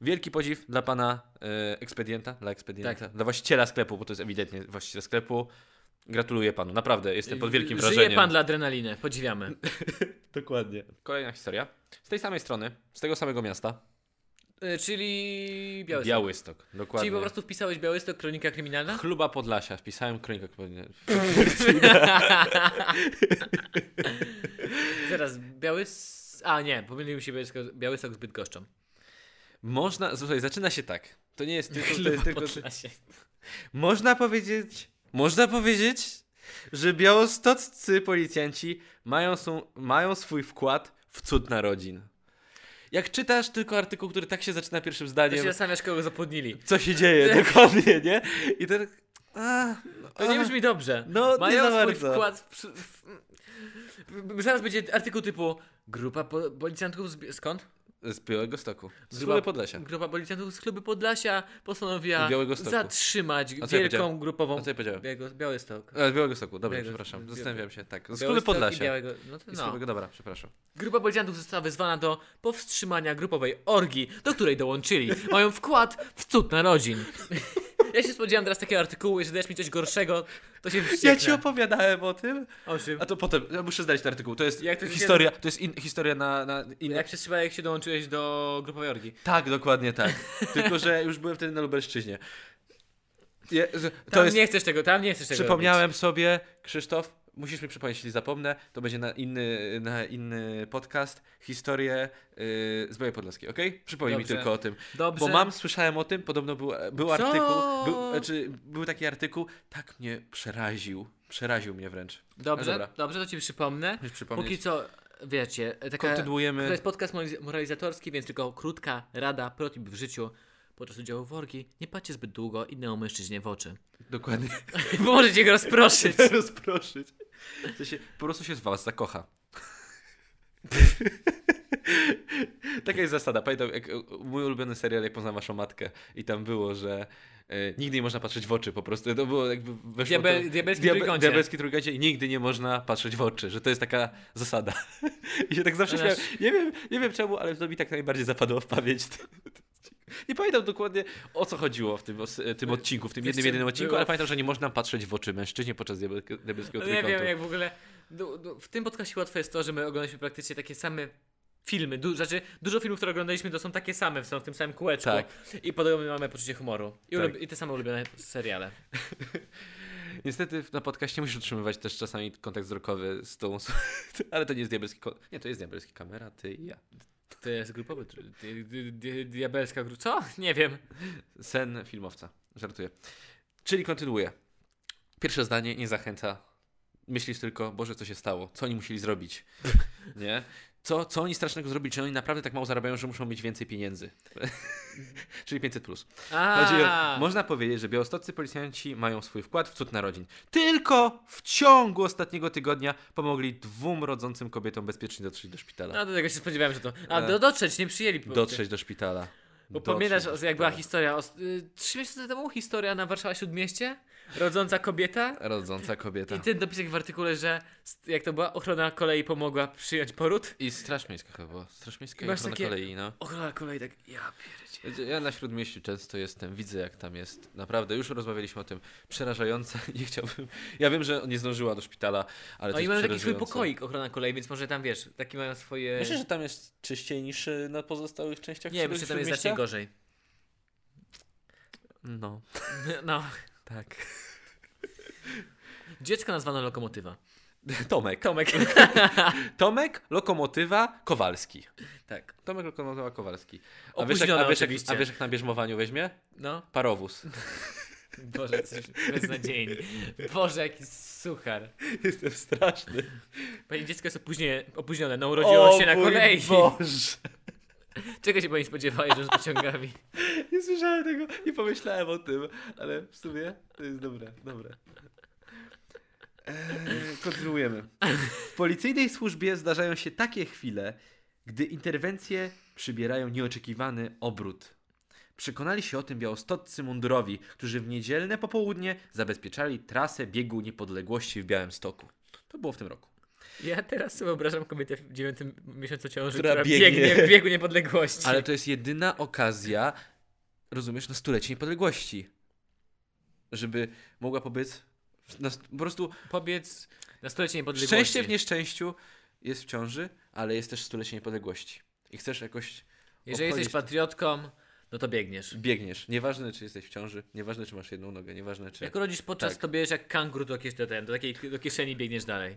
[SPEAKER 2] Wielki podziw dla pana e, ekspedienta, dla ekspedienta,
[SPEAKER 1] Tak.
[SPEAKER 2] dla właściciela sklepu, bo to jest ewidentnie właściciel sklepu. Gratuluję panu, naprawdę, jestem pod wielkim
[SPEAKER 1] Żyje
[SPEAKER 2] wrażeniem.
[SPEAKER 1] pan dla adrenaliny, podziwiamy.
[SPEAKER 2] Dokładnie. Kolejna historia. Z tej samej strony, z tego samego miasta.
[SPEAKER 1] Y, Czyli Białystok.
[SPEAKER 2] Białystok. dokładnie.
[SPEAKER 1] Czyli po prostu wpisałeś Białystok, kronika kryminalna?
[SPEAKER 2] Chluba Podlasia. Wpisałem kronikę.
[SPEAKER 1] Zaraz, Białystok... A nie, pomylił mi się Białystok, Białystok z Bydgoszczą.
[SPEAKER 2] Można, słuchaj, zaczyna się tak. To nie jest tylko... To
[SPEAKER 1] Chluba
[SPEAKER 2] jest tylko
[SPEAKER 1] Podlasie.
[SPEAKER 2] można powiedzieć, można powiedzieć, że białostoccy policjanci mają, są, mają swój wkład w cud narodzin. Jak czytasz tylko artykuł, który tak się zaczyna pierwszym
[SPEAKER 1] To się
[SPEAKER 2] zdaniem,
[SPEAKER 1] zastanawiasz, kogo zapodnili.
[SPEAKER 2] co się dzieje dokładnie, nie? I to tak... A,
[SPEAKER 1] To nie
[SPEAKER 2] a.
[SPEAKER 1] brzmi dobrze.
[SPEAKER 2] No, nie
[SPEAKER 1] Mają
[SPEAKER 2] za
[SPEAKER 1] swój
[SPEAKER 2] bardzo.
[SPEAKER 1] wkład w, przy- w, w, Zaraz będzie artykuł typu Grupa po, policjantów z... Bi- Skąd?
[SPEAKER 2] Z Białego Stoku. Z
[SPEAKER 1] Grupa-
[SPEAKER 2] Chluby Podlasia.
[SPEAKER 1] Grupa policjantów z klubu Podlasia postanowiła
[SPEAKER 2] Z Białegostoku.
[SPEAKER 1] zatrzymać
[SPEAKER 2] ja
[SPEAKER 1] wielką
[SPEAKER 2] powiedziałem?
[SPEAKER 1] grupową...
[SPEAKER 2] A co ja powiedziałem?
[SPEAKER 1] Białego, Białystok.
[SPEAKER 2] E, Z Białego Stoku, dobra,
[SPEAKER 1] Białego-
[SPEAKER 2] przepraszam.
[SPEAKER 1] Białego-
[SPEAKER 2] Zastanawiam się, tak. Z Białego
[SPEAKER 1] Białystok i
[SPEAKER 2] Podlasia.
[SPEAKER 1] Białego... No to
[SPEAKER 2] I z
[SPEAKER 1] no.
[SPEAKER 2] Białego, dobra, przepraszam.
[SPEAKER 1] Grupa policjantów została wezwana do powstrzymania grupowej orgii, do której dołączyli. Mają wkład w cud narodzin. Ja się spodziewałem teraz takiego artykułu, jeżeli dasz mi coś gorszego, to się wścieknę.
[SPEAKER 2] Ja ci opowiadałem o tym.
[SPEAKER 1] O czym?
[SPEAKER 2] A to potem, ja muszę znaleźć ten artykuł. To jest
[SPEAKER 1] Jak to się
[SPEAKER 2] historia, to jest in, historia na, na inne...
[SPEAKER 1] Jak się trzeba, jak się dołączyłeś do grupowej orgii?
[SPEAKER 2] Tak, dokładnie tak. Tylko, że już byłem wtedy na Lubelszczyźnie. Je, że,
[SPEAKER 1] Tam
[SPEAKER 2] to jest,
[SPEAKER 1] nie chcesz tego, tam nie chcesz tego
[SPEAKER 2] przypomniałem sobie, Krzysztof, musisz mi przypomnieć, jeśli zapomnę, to będzie na inny, na inny podcast, historię yy, z Białej Podlaskiej, okej? Przypomnij mi
[SPEAKER 1] Dobrze.
[SPEAKER 2] tylko o tym.
[SPEAKER 1] robić. Dobrze.
[SPEAKER 2] Bo mam, słyszałem o tym, podobno był, był
[SPEAKER 1] Co?
[SPEAKER 2] artykuł, był, znaczy, był taki artykuł, tak mnie przeraził, przeraził mnie wręcz.
[SPEAKER 1] Dobrze,
[SPEAKER 2] No dobra.
[SPEAKER 1] dobrze, to ci przypomnę.
[SPEAKER 2] Musisz przypomnieć.
[SPEAKER 1] Póki co, wiecie, taka...
[SPEAKER 2] Kontynuujemy.
[SPEAKER 1] To jest podcast moraliz- moralizatorski, więc tylko krótka rada, protip w życiu. Podczas udziału w orgii nie patrzcie zbyt długo innemu mężczyźnie w oczy.
[SPEAKER 2] Dokładnie.
[SPEAKER 1] Bo możecie go rozproszyć. No
[SPEAKER 2] Rozproszyć. W sensie, po prostu się z was zakocha. Taka jest zasada. Pamiętam, jak, e, mój ulubiony serial, jak poznałem waszą matkę i tam było, że e, nigdy nie można patrzeć w oczy po prostu. To było jakby weszło
[SPEAKER 1] Diabe-
[SPEAKER 2] to,
[SPEAKER 1] diabelski
[SPEAKER 2] diabe-
[SPEAKER 1] trójkącie.
[SPEAKER 2] Diabelski trójkącie i nigdy nie można patrzeć w oczy, że to jest taka zasada. I się tak zawsze
[SPEAKER 1] Nasz-
[SPEAKER 2] śmiałem. Nie wiem, nie wiem czemu, ale to mi tak najbardziej zapadło w pamięć. Nie pamiętam dokładnie o co chodziło w tym, os- tym odcinku, w tym
[SPEAKER 1] Wiesz,
[SPEAKER 2] jednym,
[SPEAKER 1] co
[SPEAKER 2] jedynym odcinku,
[SPEAKER 1] było?
[SPEAKER 2] ale pamiętam, że nie można patrzeć w oczy mężczyźnie podczas diabelskiego
[SPEAKER 1] No
[SPEAKER 2] diabelskiego
[SPEAKER 1] nie
[SPEAKER 2] trójkątu.
[SPEAKER 1] wiem, jak w ogóle. Du, du, w tym podcastie łatwe jest to, że my oglądaliśmy praktycznie takie same filmy. Du, znaczy, dużo filmów, które oglądaliśmy, to są takie same, są w tym samym kółeczku.
[SPEAKER 2] Tak.
[SPEAKER 1] I podobnie mamy poczucie humoru. I,
[SPEAKER 2] Tak.
[SPEAKER 1] ulub, I te same ulubione seriale.
[SPEAKER 2] Niestety na podcaście musisz utrzymywać też czasami kontakt wzrokowy z tą... Ale to nie jest diabelski... Kon... Nie, to jest diabelski kamera, ty i ja.
[SPEAKER 1] To jest grupowy. tr- di- di- di- Diabelska grupa. Co? Nie wiem.
[SPEAKER 2] Sen filmowca. Żartuję. Czyli kontynuuję. Pierwsze zdanie nie zachęca. Myślisz tylko, Boże, co się stało? Co oni musieli zrobić? Nie? Co, co oni strasznego zrobili? Czy oni naprawdę tak mało zarabiają, że muszą mieć więcej pieniędzy? Czyli 500 plus. Chodzi o-
[SPEAKER 1] A,
[SPEAKER 2] Można powiedzieć, że białostocy policjanci mają swój wkład w cud narodzin. Tylko w ciągu ostatniego tygodnia pomogli dwóm rodzącym kobietom bezpiecznie dotrzeć do szpitala.
[SPEAKER 1] no do tego się spodziewałem, że No, to. A
[SPEAKER 2] E.
[SPEAKER 1] do, dotrzeć, nie przyjęli. punkty.
[SPEAKER 2] Dotrzeć tak. do szpitala.
[SPEAKER 1] Bo
[SPEAKER 2] Do
[SPEAKER 1] pamiętasz,
[SPEAKER 2] trzech-
[SPEAKER 1] jak była historia, o, y, trzy miesiące temu historia na Warszawa Śródmieście, rodząca kobieta?
[SPEAKER 2] Rodząca kobieta.
[SPEAKER 1] I ten dopisek w artykule, że st- jak to była ochrona kolei pomogła przyjąć poród?
[SPEAKER 2] I Straż Miejska chyba. Straż Miejska
[SPEAKER 1] I
[SPEAKER 2] i
[SPEAKER 1] masz
[SPEAKER 2] ochrona
[SPEAKER 1] takie-
[SPEAKER 2] kolei, no.
[SPEAKER 1] Ochrona kolei tak, ja pierdzie.
[SPEAKER 2] Wiecie, Ja na Śródmieściu często jestem, widzę jak tam jest. Naprawdę, już rozmawialiśmy o tym. Przerażające. Nie chciałbym... Ja wiem, że nie zdążyła do szpitala, ale to
[SPEAKER 1] Oni
[SPEAKER 2] jest
[SPEAKER 1] mają taki swój
[SPEAKER 2] przerażające.
[SPEAKER 1] pokoik ochrona kolei, więc może tam wiesz, taki mają swoje...
[SPEAKER 2] Myślę, że tam jest czyściej niż y, na pozostałych częściach
[SPEAKER 1] Nie, myślę, że tam jest
[SPEAKER 2] Śródmieścia?
[SPEAKER 1] znacznie gorzej.
[SPEAKER 2] No,
[SPEAKER 1] No.
[SPEAKER 2] tak.
[SPEAKER 1] Dziecko nazwano lokomotywa.
[SPEAKER 2] Tomek.
[SPEAKER 1] Tomek.
[SPEAKER 2] Tomek, Lokomotywa, Kowalski.
[SPEAKER 1] tak.
[SPEAKER 2] Tomek, Lokomotywa, Kowalski. A wiesz, jak,
[SPEAKER 1] Opóźniona
[SPEAKER 2] a, wiesz, jak,
[SPEAKER 1] oczywiście.
[SPEAKER 2] a wiesz jak na bierzmowaniu weźmie?
[SPEAKER 1] No.
[SPEAKER 2] Parowóz.
[SPEAKER 1] Boże, coś beznadziejni. Boże, jaki suchar.
[SPEAKER 2] Jestem straszny.
[SPEAKER 1] Pani dziecko jest opóźnione, opóźnione no urodziło się na kolei.
[SPEAKER 2] Boże.
[SPEAKER 1] Czego się pani spodziewałeś, że z pociągami?
[SPEAKER 2] Nie słyszałem tego, nie pomyślałem o tym, ale w sumie to jest dobre, dobre. Eee, kontynuujemy. W policyjnej służbie zdarzają się takie chwile, gdy interwencje przybierają nieoczekiwany obrót. Przekonali się o tym białostoccy mundurowi, którzy w niedzielne popołudnie zabezpieczali trasę biegu niepodległości w Białymstoku. To było w tym roku.
[SPEAKER 1] Ja teraz sobie wyobrażam kobietę w dziewiątym miesiącu ciąży, która,
[SPEAKER 2] Która
[SPEAKER 1] biegnie.
[SPEAKER 2] biegnie
[SPEAKER 1] w biegu niepodległości.
[SPEAKER 2] Ale to jest jedyna okazja, rozumiesz, na stulecie niepodległości. Żeby mogła pobiec. Na, st- po prostu
[SPEAKER 1] Pobiec na stulecie niepodległości.
[SPEAKER 2] szczęście w nieszczęściu jest w ciąży, ale jest też stulecie niepodległości. I chcesz jakoś.
[SPEAKER 1] Jeżeli jesteś
[SPEAKER 2] obchodzić-
[SPEAKER 1] patriotką, no to biegniesz.
[SPEAKER 2] Biegniesz. Nieważne, czy jesteś w ciąży, nieważne, czy masz jedną nogę, nieważne, czy.
[SPEAKER 1] Jak rodzisz podczas,
[SPEAKER 2] Tak.
[SPEAKER 1] to bierzesz jak kangur do, kies- do, ten- do takiej do kieszeni biegniesz dalej.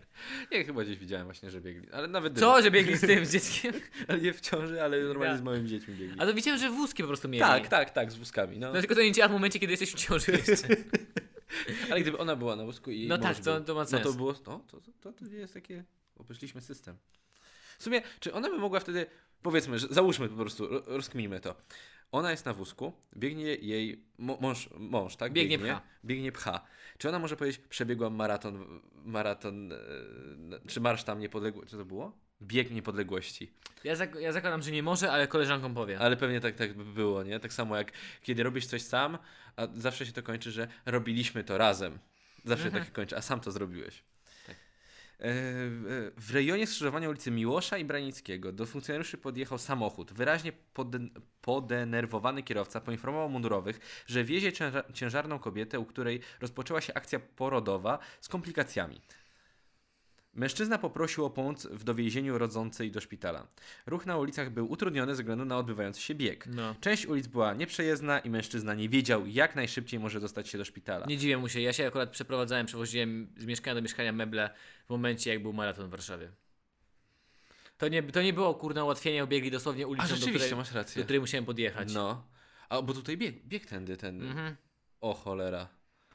[SPEAKER 2] Nie, chyba gdzieś widziałem właśnie, że biegli. Ale nawet.
[SPEAKER 1] Co, że biegli z tym z dzieckiem?
[SPEAKER 2] Ale nie w ciąży, ale normalnie
[SPEAKER 1] Ja.
[SPEAKER 2] z moimi dziećmi biegli.
[SPEAKER 1] A to widziałem, że wózki po prostu mieli.
[SPEAKER 2] Tak, tak, tak, z wózkami. No.
[SPEAKER 1] No tylko to nie działa w momencie, kiedy jesteś w ciąży jeszcze.
[SPEAKER 2] Ale gdyby ona była na wózku i. jej
[SPEAKER 1] No
[SPEAKER 2] mąż
[SPEAKER 1] tak, to-
[SPEAKER 2] był,
[SPEAKER 1] to ma sens.
[SPEAKER 2] No to było. No, to, to, to nie jest takie. Opuściliśmy system. W sumie, czy ona by mogła wtedy. Powiedzmy, że załóżmy po prostu, ro- rozkminimy to. Ona jest na wózku, biegnie jej mo- mąż, mąż tak?
[SPEAKER 1] Biegnie pcha.
[SPEAKER 2] Biegnie pcha. Czy ona może powiedzieć, przebiegłam maraton, maraton, e, czy marsz tam niepodległości, co to było? Bieg niepodległości.
[SPEAKER 1] Ja, zak- ja zakładam, że nie może, ale koleżankom powiem.
[SPEAKER 2] Ale pewnie tak, tak by było, nie? Tak samo jak kiedy robisz coś sam, a zawsze się to kończy, że robiliśmy to razem. Zawsze
[SPEAKER 1] Mhm.
[SPEAKER 2] się tak się kończy, a sam to zrobiłeś. E, e, W rejonie skrzyżowania ulicy Miłosza i Branickiego do funkcjonariuszy podjechał samochód. Wyraźnie poden- podenerwowany kierowca poinformował mundurowych, że wiezie cięża- ciężarną kobietę, u której rozpoczęła się akcja porodowa z komplikacjami. Mężczyzna poprosił o pomoc w dowiezieniu rodzącej do szpitala. Ruch na ulicach był utrudniony ze względu na odbywający się bieg.
[SPEAKER 1] No.
[SPEAKER 2] Część ulic była nieprzejezdna i mężczyzna nie wiedział, jak najszybciej może dostać się do szpitala.
[SPEAKER 1] Nie dziwię mu się, ja się akurat przeprowadzałem, przewoziłem z mieszkania do mieszkania meble w momencie, jak był maraton w Warszawie. To nie, to nie było kurna ułatwienie, obiegli dosłownie
[SPEAKER 2] A
[SPEAKER 1] ulicą, do
[SPEAKER 2] rzeczywiście,
[SPEAKER 1] której,
[SPEAKER 2] masz
[SPEAKER 1] do
[SPEAKER 2] rację.
[SPEAKER 1] której musiałem podjechać.
[SPEAKER 2] No. A, bo tutaj bieg, bieg tędy, ten.
[SPEAKER 1] Mhm.
[SPEAKER 2] O cholera.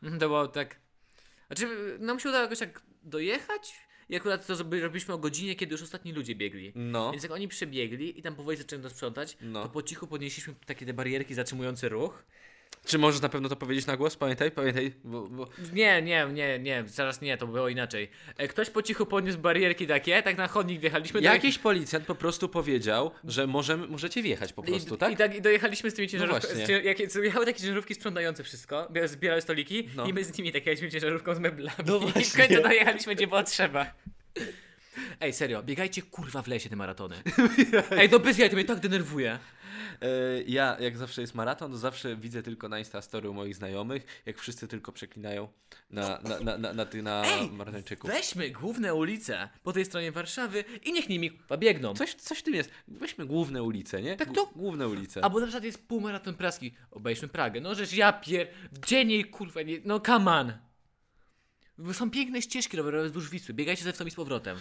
[SPEAKER 1] Mhm, To było tak... Znaczy, nam się udało jakoś tak dojechać i akurat to zrobi- robiliśmy o godzinie, kiedy już ostatni ludzie biegli.
[SPEAKER 2] No.
[SPEAKER 1] Więc jak oni przebiegli i tam powoli zaczęli to sprzątać,
[SPEAKER 2] No.
[SPEAKER 1] to po cichu podnieśliśmy takie te barierki zatrzymujące ruch.
[SPEAKER 2] Czy możesz na pewno to powiedzieć na głos? Pamiętaj, pamiętaj, bo, bo
[SPEAKER 1] Nie, nie, nie, nie, zaraz nie, to było inaczej. E, Ktoś po cichu podniósł barierki takie, tak na chodnik wjechaliśmy. doje-
[SPEAKER 2] Jakiś policjant po prostu powiedział, że możemy, możecie wjechać po prostu,
[SPEAKER 1] I,
[SPEAKER 2] tak?
[SPEAKER 1] I tak i dojechaliśmy z tymi ciężarówkami.
[SPEAKER 2] właśnie.
[SPEAKER 1] Jechały takie ciężarówki sprzątające wszystko, bia- zbierały stoliki
[SPEAKER 2] No.
[SPEAKER 1] i my z nimi tak jechaliśmy ciężarówką z meblami.
[SPEAKER 2] No
[SPEAKER 1] I w
[SPEAKER 2] właśnie.
[SPEAKER 1] końcu dojechaliśmy gdzie było trzeba. Ej, serio, biegajcie kurwa w lesie te maratony. Ej, no bez jaj, to mnie tak denerwuje.
[SPEAKER 2] E, Ja, jak zawsze jest maraton, to zawsze widzę tylko na Instastory u moich znajomych, jak wszyscy tylko przeklinają na, na, na, na, na, ty- na
[SPEAKER 1] Ej,
[SPEAKER 2] maratończyków.
[SPEAKER 1] Weźmy główne ulice po tej stronie Warszawy i niech nimi kurwa, biegną.
[SPEAKER 2] Coś, coś w tym jest. Weźmy główne ulice, nie?
[SPEAKER 1] Tak to-
[SPEAKER 2] Gł- Główne ulice.
[SPEAKER 1] Albo na przykład jest półmaraton praski. Obejrzmy Pragę. No żeż ja pier... W dzień jej kurwa nie... No come on. Bo Są piękne ścieżki rowerowe wzdłuż Wisły. Biegajcie ze w i z powrotem.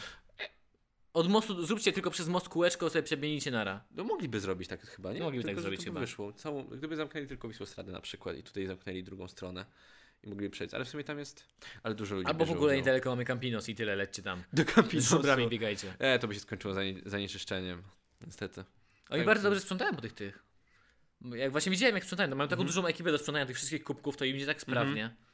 [SPEAKER 1] Od mostu, zróbcie tylko przez most kółeczko, sobie przebiegniecie nara.
[SPEAKER 2] No mogliby zrobić tak chyba, nie?
[SPEAKER 1] Mogliby
[SPEAKER 2] tylko,
[SPEAKER 1] tak
[SPEAKER 2] że
[SPEAKER 1] zrobić
[SPEAKER 2] to by
[SPEAKER 1] chyba.
[SPEAKER 2] Wyszło. Całą, gdyby zamknęli tylko Wisłostradę na przykład i tutaj zamknęli drugą stronę i mogli przejść. Ale w sumie tam jest... Ale dużo ludzi
[SPEAKER 1] Albo w
[SPEAKER 2] bierze
[SPEAKER 1] ogóle
[SPEAKER 2] udział.
[SPEAKER 1] niedaleko mamy Campinos i tyle, lećcie tam.
[SPEAKER 2] Do
[SPEAKER 1] Z
[SPEAKER 2] Campinosu.
[SPEAKER 1] żubrami biegajcie.
[SPEAKER 2] E, to by się skończyło zanie- zanieczyszczeniem. Niestety.
[SPEAKER 1] Oni
[SPEAKER 2] Tak,
[SPEAKER 1] bardzo
[SPEAKER 2] tak.
[SPEAKER 1] dobrze sprzątają po tych tych. Jak
[SPEAKER 2] Mhm.
[SPEAKER 1] właśnie widziałem jak sprzątają, to mają taką dużą ekipę do sprzątania tych wszystkich kubków, to im idzie tak sprawnie.
[SPEAKER 2] A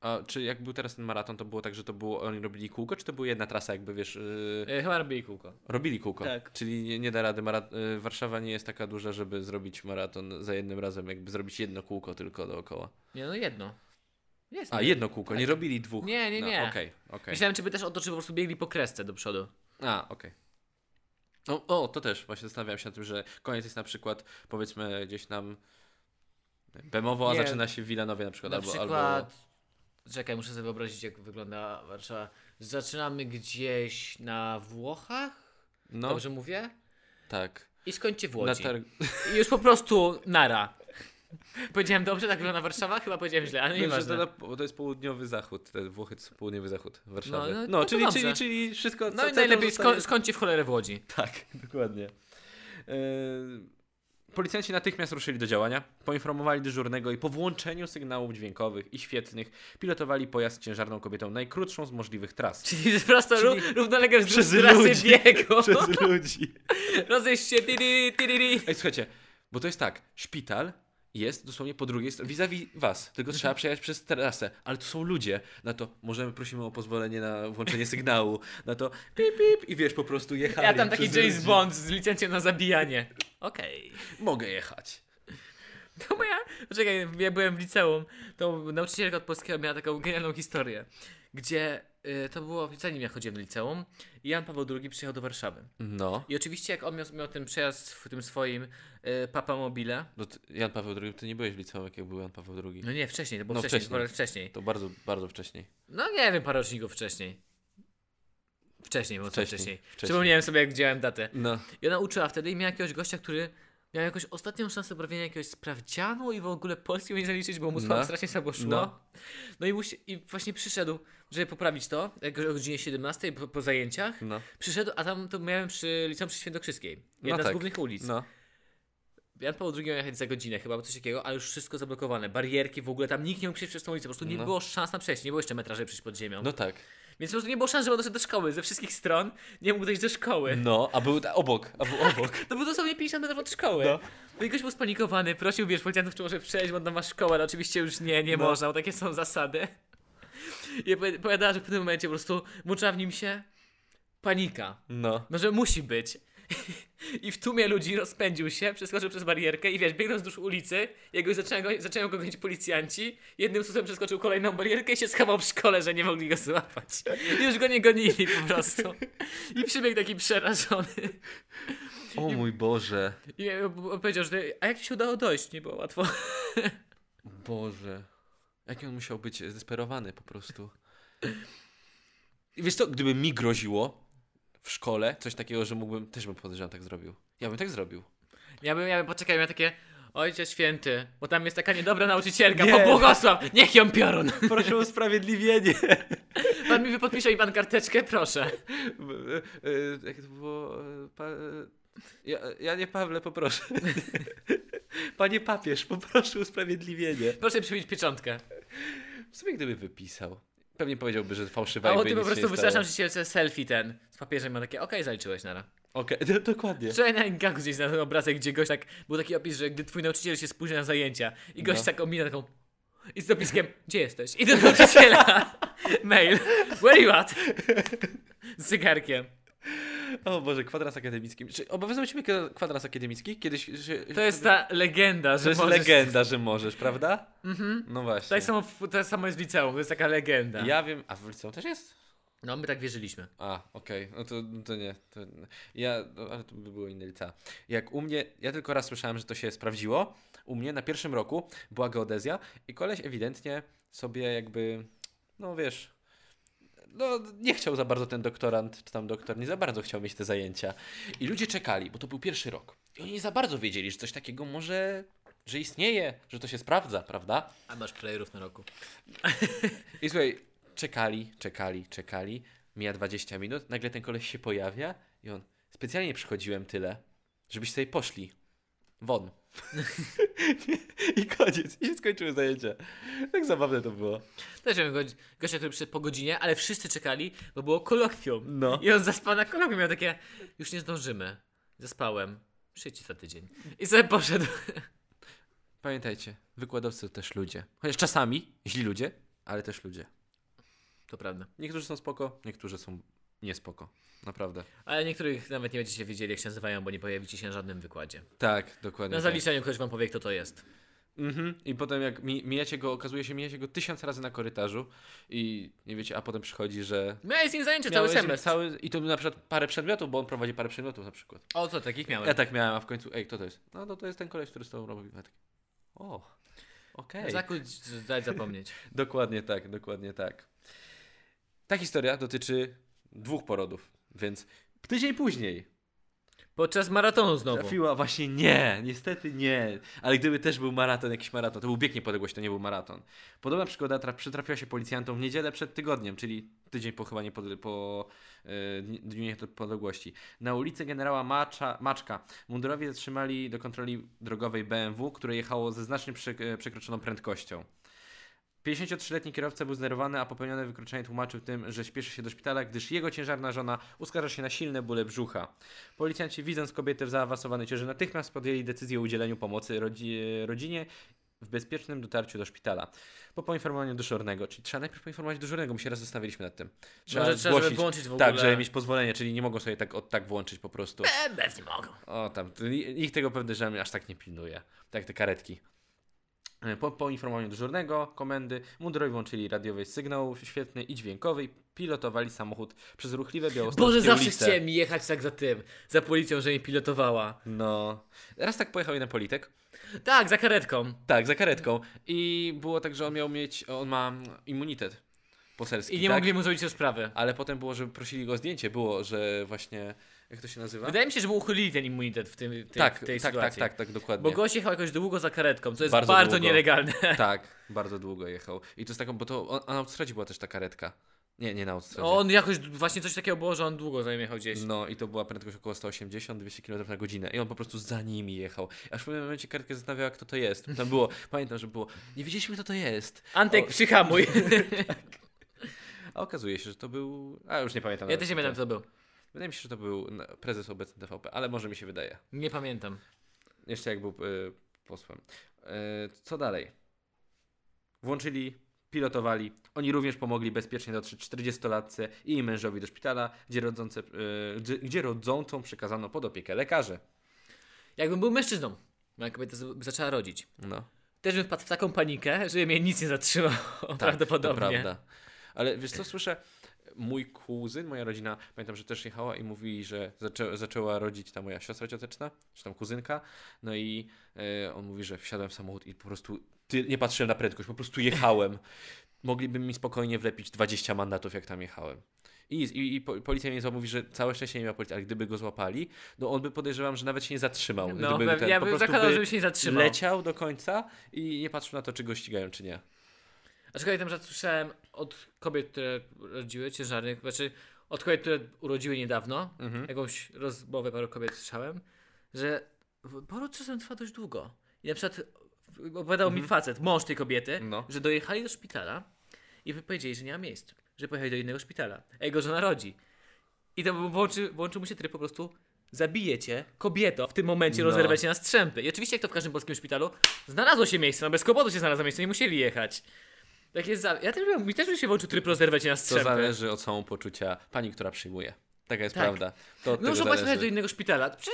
[SPEAKER 2] A czy jak był teraz ten maraton, to było tak, że to było, oni robili kółko, czy to była jedna trasa, jakby wiesz, yy,
[SPEAKER 1] E, Chyba robili kółko.
[SPEAKER 2] robili kółko?
[SPEAKER 3] Tak.
[SPEAKER 2] Czyli nie, nie da rady, Mara- yy, Warszawa nie jest taka duża, żeby zrobić maraton za jednym razem, jakby zrobić jedno kółko tylko dookoła.
[SPEAKER 1] Nie, no jedno. Jest.
[SPEAKER 2] A, jedno kółko, nie robili dwóch.
[SPEAKER 1] Tak. Nie, nie, nie.
[SPEAKER 2] No, Okej, okej.
[SPEAKER 1] Myślałem, czy by też o to, czy po prostu biegli po kresce do przodu.
[SPEAKER 2] A, okej. No, o, to też właśnie zastanawiałem się na tym, że koniec jest na przykład, powiedzmy, gdzieś nam Bemowo, a
[SPEAKER 1] Nie.
[SPEAKER 2] zaczyna się w Wilanowie na przykład.
[SPEAKER 1] Na
[SPEAKER 2] albo,
[SPEAKER 1] przykład.
[SPEAKER 2] Albo...
[SPEAKER 1] Czekaj, muszę sobie wyobrazić, jak wygląda Warszawa. Zaczynamy gdzieś na Włochach?
[SPEAKER 2] No,
[SPEAKER 1] Dobrze mówię?
[SPEAKER 2] tak.
[SPEAKER 1] I skończcie w
[SPEAKER 2] Na
[SPEAKER 1] Łodzi.
[SPEAKER 2] targ...
[SPEAKER 1] I już po prostu nara. Powiedziałem dobrze, tak wygląda Warszawa? Chyba powiedziałem źle, ale nie
[SPEAKER 2] Mimo, że to,
[SPEAKER 1] No ważne.
[SPEAKER 2] na, bo to jest południowy zachód, te Włochy to są południowy zachód Warszawy.
[SPEAKER 1] No,
[SPEAKER 2] No,
[SPEAKER 1] no, no to
[SPEAKER 2] czyli,
[SPEAKER 1] dobrze.
[SPEAKER 2] czyli, czyli wszystko...
[SPEAKER 1] No
[SPEAKER 2] ca-
[SPEAKER 1] i
[SPEAKER 2] cały
[SPEAKER 1] najlepiej
[SPEAKER 2] to zostaje-
[SPEAKER 1] sko- skończcie w cholerę w Łodzi.
[SPEAKER 2] Tak, dokładnie. Yy, Policjanci natychmiast ruszyli do działania, poinformowali dyżurnego i po włączeniu sygnałów dźwiękowych i świetnych pilotowali pojazd ciężarną kobietą najkrótszą z możliwych tras.
[SPEAKER 1] Czyli po prostu ró-
[SPEAKER 2] Czyli-
[SPEAKER 1] równolegle
[SPEAKER 2] Przez
[SPEAKER 1] przez trasy
[SPEAKER 2] ludzi.
[SPEAKER 1] biegu.
[SPEAKER 2] Przez ludzi.
[SPEAKER 1] Rozejść się, tiri, tiri.
[SPEAKER 2] No tak. Ej, słuchajcie, bo to jest tak, szpital jest dosłownie po drugiej stronie, vis-a-vis was, tylko trzeba przejechać przez trasę, ale to są ludzie, na to możemy, prosimy o pozwolenie na włączenie sygnału, na to pip, pip i wiesz, po prostu jechali
[SPEAKER 1] Ja tam taki
[SPEAKER 2] przez
[SPEAKER 1] James
[SPEAKER 2] ludzi.
[SPEAKER 1] Bond z licencją na zabijanie. Okej.
[SPEAKER 2] Mogę jechać.
[SPEAKER 1] To moja. Czekaj, ja byłem w liceum, to nauczycielka od polskiego miała taką genialną historię, gdzie y, to było zanim ja chodziłem do liceum, Jan Paweł II przyjechał do Warszawy.
[SPEAKER 2] No,
[SPEAKER 1] I oczywiście jak on miał, miał ten przejazd w tym swoim y, Papa Mobile.
[SPEAKER 2] no ty, Jan Paweł II, ty nie byłeś w liceum, jak był Jan Paweł II.
[SPEAKER 1] No nie, wcześniej, to było
[SPEAKER 2] No
[SPEAKER 1] wcześniej,
[SPEAKER 2] wcześniej.
[SPEAKER 1] parę wcześniej.
[SPEAKER 2] To bardzo, bardzo wcześniej.
[SPEAKER 1] No nie wiem, parę roczników wcześniej. Wcześniej, bo wcześniej.
[SPEAKER 2] Wcześniej,
[SPEAKER 1] wcześniej.
[SPEAKER 2] wcześniej.
[SPEAKER 1] Przypomniałem sobie, jak widziałem datę.
[SPEAKER 2] No,
[SPEAKER 1] I ona uczyła wtedy i miała jakiegoś gościa, który miał jakąś ostatnią szansę robienia jakiegoś sprawdzianu i w ogóle Polski nie zaliczyć, bo mu
[SPEAKER 2] No.
[SPEAKER 1] no. strasznie słabo szło.
[SPEAKER 2] No.
[SPEAKER 1] No, i, musi, i właśnie przyszedł, żeby poprawić to, jak o godzinie 17 po, po zajęciach.
[SPEAKER 2] no,
[SPEAKER 1] Przyszedł, a tam to miałem przy liceum przy Świętokrzyskiej.
[SPEAKER 2] No
[SPEAKER 1] Jedna z
[SPEAKER 2] tak.
[SPEAKER 1] głównych ulic.
[SPEAKER 2] no.
[SPEAKER 1] Jan Paweł II miał jechać za godzinę chyba, bo coś takiego, ale już wszystko zablokowane. Barierki w ogóle, tam nikt nie mógł przejść przez tą ulicę, po prostu nie
[SPEAKER 2] No.
[SPEAKER 1] było szans na przejście, nie było jeszcze metra, żeby przejść pod ziemią.
[SPEAKER 2] No tak.
[SPEAKER 1] Więc po prostu nie było szans, żeby on doszedł do szkoły, ze wszystkich stron nie mógł dojść do szkoły.
[SPEAKER 2] No, a był ta- obok, a był obok.
[SPEAKER 1] To był dosłownie 50 metrów od szkoły.
[SPEAKER 2] No.
[SPEAKER 1] No. i ktoś był spanikowany, prosił, wiesz, policjantów, czy może przejść, bo tam ma szkołę, ale oczywiście już nie, nie
[SPEAKER 2] No.
[SPEAKER 1] można, bo takie są zasady. I opowi- opowiadała, że w tym momencie po prostu mucza w nim się panika.
[SPEAKER 2] No.
[SPEAKER 1] No, że musi być. I w tłumie ludzi rozpędził się, przeskoczył przez barierkę i wiesz, biegnąc wzdłuż ulicy, jego zaczęli go, zaczęli go gonić policjanci, jednym susem przeskoczył kolejną barierkę i się schował w szkole, że nie mogli go złapać. I już go nie gonili po prostu. I przybiegł taki przerażony.
[SPEAKER 2] O mój Boże.
[SPEAKER 1] I e, powiedział, że a jak ci się udało dojść? Nie było łatwo.
[SPEAKER 2] Boże. Jaki on musiał być zdesperowany po prostu. I wiesz co, gdyby mi groziło w szkole coś takiego, że mógłbym, też bym podejrzewam tak zrobił. Ja bym tak zrobił.
[SPEAKER 1] Ja bym, ja bym poczekał, miał takie, ojcze święty, bo tam jest taka niedobra nauczycielka,
[SPEAKER 2] Nie.
[SPEAKER 1] pobłogosław, niech ją piorun.
[SPEAKER 2] Proszę o usprawiedliwienie.
[SPEAKER 1] Pan mi podpisał i pan karteczkę, proszę.
[SPEAKER 2] e, Jak to było? E, Pa... e, Ja, ja nie Pawle, poproszę. Panie papież, poproszę o usprawiedliwienie.
[SPEAKER 1] Proszę przybić pieczątkę.
[SPEAKER 2] W sumie gdyby wypisał. Pewnie powiedziałby, że fałszywa
[SPEAKER 1] A o
[SPEAKER 2] jakby
[SPEAKER 1] tym po
[SPEAKER 2] nic się
[SPEAKER 1] prostu
[SPEAKER 2] nie
[SPEAKER 1] wystarczam
[SPEAKER 2] stało.
[SPEAKER 1] się selfie ten z papieżem i ma takie, okej, zaliczyłeś nara.
[SPEAKER 2] Okej, do- dokładnie.
[SPEAKER 1] Wczoraj na Engaku gdzieś znalazłem obrazek, gdzie gość tak, był taki opis, że gdy twój nauczyciel się spóźnia na zajęcia i gość
[SPEAKER 2] No.
[SPEAKER 1] tak omina taką i z dopiskiem, gdzie jesteś? I do nauczyciela mail, where you at? Z cygarkiem.
[SPEAKER 2] O Boże, kwadrans akademicki. Czy obowiązał ciebie kwa- kwadrans akademicki? Kiedyś. Że,
[SPEAKER 1] To jest ta legenda, że
[SPEAKER 2] To jest
[SPEAKER 1] możesz...
[SPEAKER 2] legenda, że możesz, prawda? Mhm. No właśnie.
[SPEAKER 1] Tak samo, w- tak samo jest w liceum, to jest taka legenda.
[SPEAKER 2] Ja wiem, a w liceum też jest?
[SPEAKER 1] No my tak wierzyliśmy.
[SPEAKER 2] A, okej, no to, to nie. To, ja, no, ale to by było inne lica. Jak u mnie, ja tylko raz słyszałem, że to się sprawdziło. U mnie na pierwszym roku była geodezja i koleś ewidentnie sobie jakby, no wiesz, no nie chciał za bardzo ten doktorant, czy tam doktor, nie za bardzo chciał mieć te zajęcia. I ludzie czekali, bo to był pierwszy rok. I oni nie za bardzo wiedzieli, że coś takiego może, że istnieje, że to się sprawdza, prawda?
[SPEAKER 1] A masz playerów na roku.
[SPEAKER 2] I słuchaj, czekali, czekali, czekali. Mija 20 minut, nagle ten koleś się pojawia i on, specjalnie przychodziłem tyle, żebyście sobie poszli. Won. I koniec. I się skończyły zajęcia. Tak zabawne to było.
[SPEAKER 1] Też miałem gość- gościa, który przyszedł po godzinie, ale wszyscy czekali, bo było kolokwium.
[SPEAKER 2] No.
[SPEAKER 1] I on zaspał na kolokwium, miał takie, już nie zdążymy. Zaspałem. Przyjdźcie za tydzień. I sobie poszedł.
[SPEAKER 2] Pamiętajcie, wykładowcy to też ludzie. Chociaż czasami źli ludzie ale też ludzie.
[SPEAKER 1] To prawda.
[SPEAKER 2] Niektórzy są spoko, niektórzy są niespoko. Naprawdę.
[SPEAKER 1] Ale niektórych nawet nie będziecie wiedzieli, jak się nazywają, bo nie pojawicie się na żadnym wykładzie.
[SPEAKER 2] Tak, dokładnie.
[SPEAKER 1] Na
[SPEAKER 2] tak.
[SPEAKER 1] zaliczeniu ktoś wam powie, kto to jest.
[SPEAKER 2] Mhm. I potem jak mi- mijacie go, okazuje się, mijacie go tysiąc razy na korytarzu i nie wiecie, a potem przychodzi, że...
[SPEAKER 1] Miałeś z nim zajęcie cały
[SPEAKER 2] miałeś
[SPEAKER 1] semestr.
[SPEAKER 2] Cały, I to na przykład parę przedmiotów, bo on prowadzi parę przedmiotów na przykład.
[SPEAKER 1] O, co takich miałem?
[SPEAKER 2] Ja tak miałem, a w końcu, ej, kto to jest? No to, to jest ten koleś, który z tobą robił. Ja taki, O, okej.
[SPEAKER 1] Zakuć, zdać, zapomnieć.
[SPEAKER 2] Dokładnie tak, dokładnie tak. Ta historia dotyczy dwóch porodów, więc tydzień później
[SPEAKER 1] Podczas maratonu znowu.
[SPEAKER 2] trafiła właśnie nie, niestety nie, ale gdyby też był maraton, jakiś maraton, to był bieg niepodległości, to nie był maraton. Podobna przygoda tra- przytrafiła się policjantom w niedzielę przed tygodniem, czyli tydzień po chyba niepodle- po e, dni- Dniu Niepodległości. Na ulicy generała Macza, Maczka mundurowie zatrzymali do kontroli drogowej BMW, które jechało ze znacznie przek- e, przekroczoną prędkością. 53-letni kierowca był znerwany, a popełnione wykroczenie tłumaczył tym, że śpieszy się do szpitala, gdyż jego ciężarna żona uskarża się na silne bóle brzucha. Policjanci, widząc kobietę w zaawansowanej ciąży, natychmiast podjęli decyzję o udzieleniu pomocy rodzi rodzinie w bezpiecznym dotarciu do szpitala. Po poinformowaniu dyżurnego, czyli trzeba najpierw poinformować dyżurnego, my się raz zastanawialiśmy nad tym.
[SPEAKER 1] Może trzeba żeby włączyć w ogóle.
[SPEAKER 2] Tak, żeby mieć pozwolenie, czyli nie mogą sobie tak, od, tak włączyć po prostu.
[SPEAKER 1] E, Pewnie mogą.
[SPEAKER 2] O tam, to ni- nikt tego pewnie, że aż tak nie pilnuje. Tak te karetki. E, Po, po informowaniu dyżurnego komendy mundurowi włączyli radiowy sygnał świetny i dźwiękowy i pilotowali samochód przez ruchliwe białostockie
[SPEAKER 1] Boże, zawsze
[SPEAKER 2] ulice.
[SPEAKER 1] chciałem jechać tak za tym, za policją, że mi pilotowała.
[SPEAKER 2] No. Raz tak pojechał jeden politek.
[SPEAKER 1] Tak, za karetką.
[SPEAKER 2] Tak, za karetką. I było tak, że on miał mieć, on ma immunitet poselski,
[SPEAKER 1] I nie
[SPEAKER 2] tak?
[SPEAKER 1] mogli mu zrobić rozprawy.
[SPEAKER 2] Ale potem było, że prosili go o zdjęcie. Było, że właśnie, jak to się nazywa?
[SPEAKER 1] Wydaje mi się, że mu uchylili ten immunitet w, tym, tej,
[SPEAKER 2] tak,
[SPEAKER 1] w tej
[SPEAKER 2] tak, tak,
[SPEAKER 1] sytuacji.
[SPEAKER 2] tak, tak, dokładnie.
[SPEAKER 1] Bo gość jechał jakoś długo za karetką, co jest
[SPEAKER 2] Bardzo
[SPEAKER 1] bardzo,
[SPEAKER 2] długo.
[SPEAKER 1] nielegalne.
[SPEAKER 2] Tak, bardzo długo jechał. I to z taką, bo to on, a na autostradzie była też ta karetka. Nie, nie na autostradzie.
[SPEAKER 1] No, On jakoś d- właśnie coś takiego było, że on długo za nim jechał gdzieś.
[SPEAKER 2] No i to była prędkość około 180-200 km na godzinę i on po prostu za nimi jechał. Aż w pewnym momencie karetkę zastanawiała, kto to jest. Tam było, pamiętam, że było, nie wiedzieliśmy, kto to jest.
[SPEAKER 1] Antek,
[SPEAKER 2] O. tak,
[SPEAKER 1] przyhamuj.
[SPEAKER 2] A okazuje się, że to był, a już nie
[SPEAKER 1] ja
[SPEAKER 2] pamiętam. nawet,
[SPEAKER 1] też
[SPEAKER 2] kto
[SPEAKER 1] nie pamiętam,
[SPEAKER 2] to-
[SPEAKER 1] co to był.
[SPEAKER 2] Wydaje mi się, że to był na- prezes obecny TVP, ale może mi się wydaje.
[SPEAKER 1] Nie pamiętam.
[SPEAKER 2] Jeszcze jak był y, posłem. Y, co dalej? Włączyli, pilotowali. Oni również pomogli bezpiecznie dotrzeć 40-latce i jej mężowi do szpitala, gdzie, rodzące, y, gdzie, gdzie rodzącą przekazano pod opiekę lekarzy.
[SPEAKER 1] Jakbym był mężczyzną, moja kobieta z- zaczęła rodzić.
[SPEAKER 2] No,
[SPEAKER 1] Też bym wpadł w taką panikę, że mnie nic nie zatrzymało. prawdopodobnie.
[SPEAKER 2] Tak, To prawda. Ale wiesz co, słyszę, mój kuzyn, moja rodzina, pamiętam, że też jechała i mówili, że zaczę, zaczęła rodzić ta moja siostra cioteczna, czy tam kuzynka, no i e, on mówi, że wsiadłem w samochód i po prostu ty, nie patrzyłem na prędkość, po prostu jechałem. Mogliby mi spokojnie wlepić 20 mandatów, jak tam jechałem. I, i, i po- policja mnie mówi, że całe szczęście nie miał policji, ale gdyby go złapali, no on by podejrzewam, że nawet się nie zatrzymał.
[SPEAKER 1] No,
[SPEAKER 2] gdyby
[SPEAKER 1] pewnie,
[SPEAKER 2] ten-
[SPEAKER 1] ja
[SPEAKER 2] po
[SPEAKER 1] bym
[SPEAKER 2] prostu
[SPEAKER 1] zakładał,
[SPEAKER 2] by
[SPEAKER 1] żeby się nie zatrzymał.
[SPEAKER 2] leciał do końca i nie patrzył na to, czy go ścigają, czy nie.
[SPEAKER 1] Aczkolwiek tam, że słyszałem od kobiet, które rodziły ciężarnych, znaczy od kobiet, które urodziły niedawno,
[SPEAKER 2] Mhm.
[SPEAKER 1] jakąś rozmowę paru kobiet słyszałem, że w- poród czasem trwa dość długo. I na przykład opowiadał mi facet, mąż tej kobiety,
[SPEAKER 2] Mhm. No.
[SPEAKER 1] że dojechali do szpitala i powiedzieli, że nie ma miejsc, że pojechali do innego szpitala, a jego żona rodzi. I to włączy, włączył mu się tryb po prostu zabije cię, kobieto, w tym momencie
[SPEAKER 2] No.
[SPEAKER 1] rozerwę cię na strzępy. I oczywiście jak to w każdym polskim szpitalu, znalazło się miejsce, no bez kłopotu się znalazło miejsce, nie musieli jechać. Tak jest za... Ja też bym, mi też by się włączył tryb rozerwę cię na
[SPEAKER 2] To
[SPEAKER 1] strzępy.
[SPEAKER 2] zależy od samopoczucia pani, która przyjmuje. Taka jest
[SPEAKER 1] Tak.
[SPEAKER 2] prawda. To od
[SPEAKER 1] No
[SPEAKER 2] tego
[SPEAKER 1] muszą państwo jechać do
[SPEAKER 2] zależy.
[SPEAKER 1] innego szpitala. Przecież-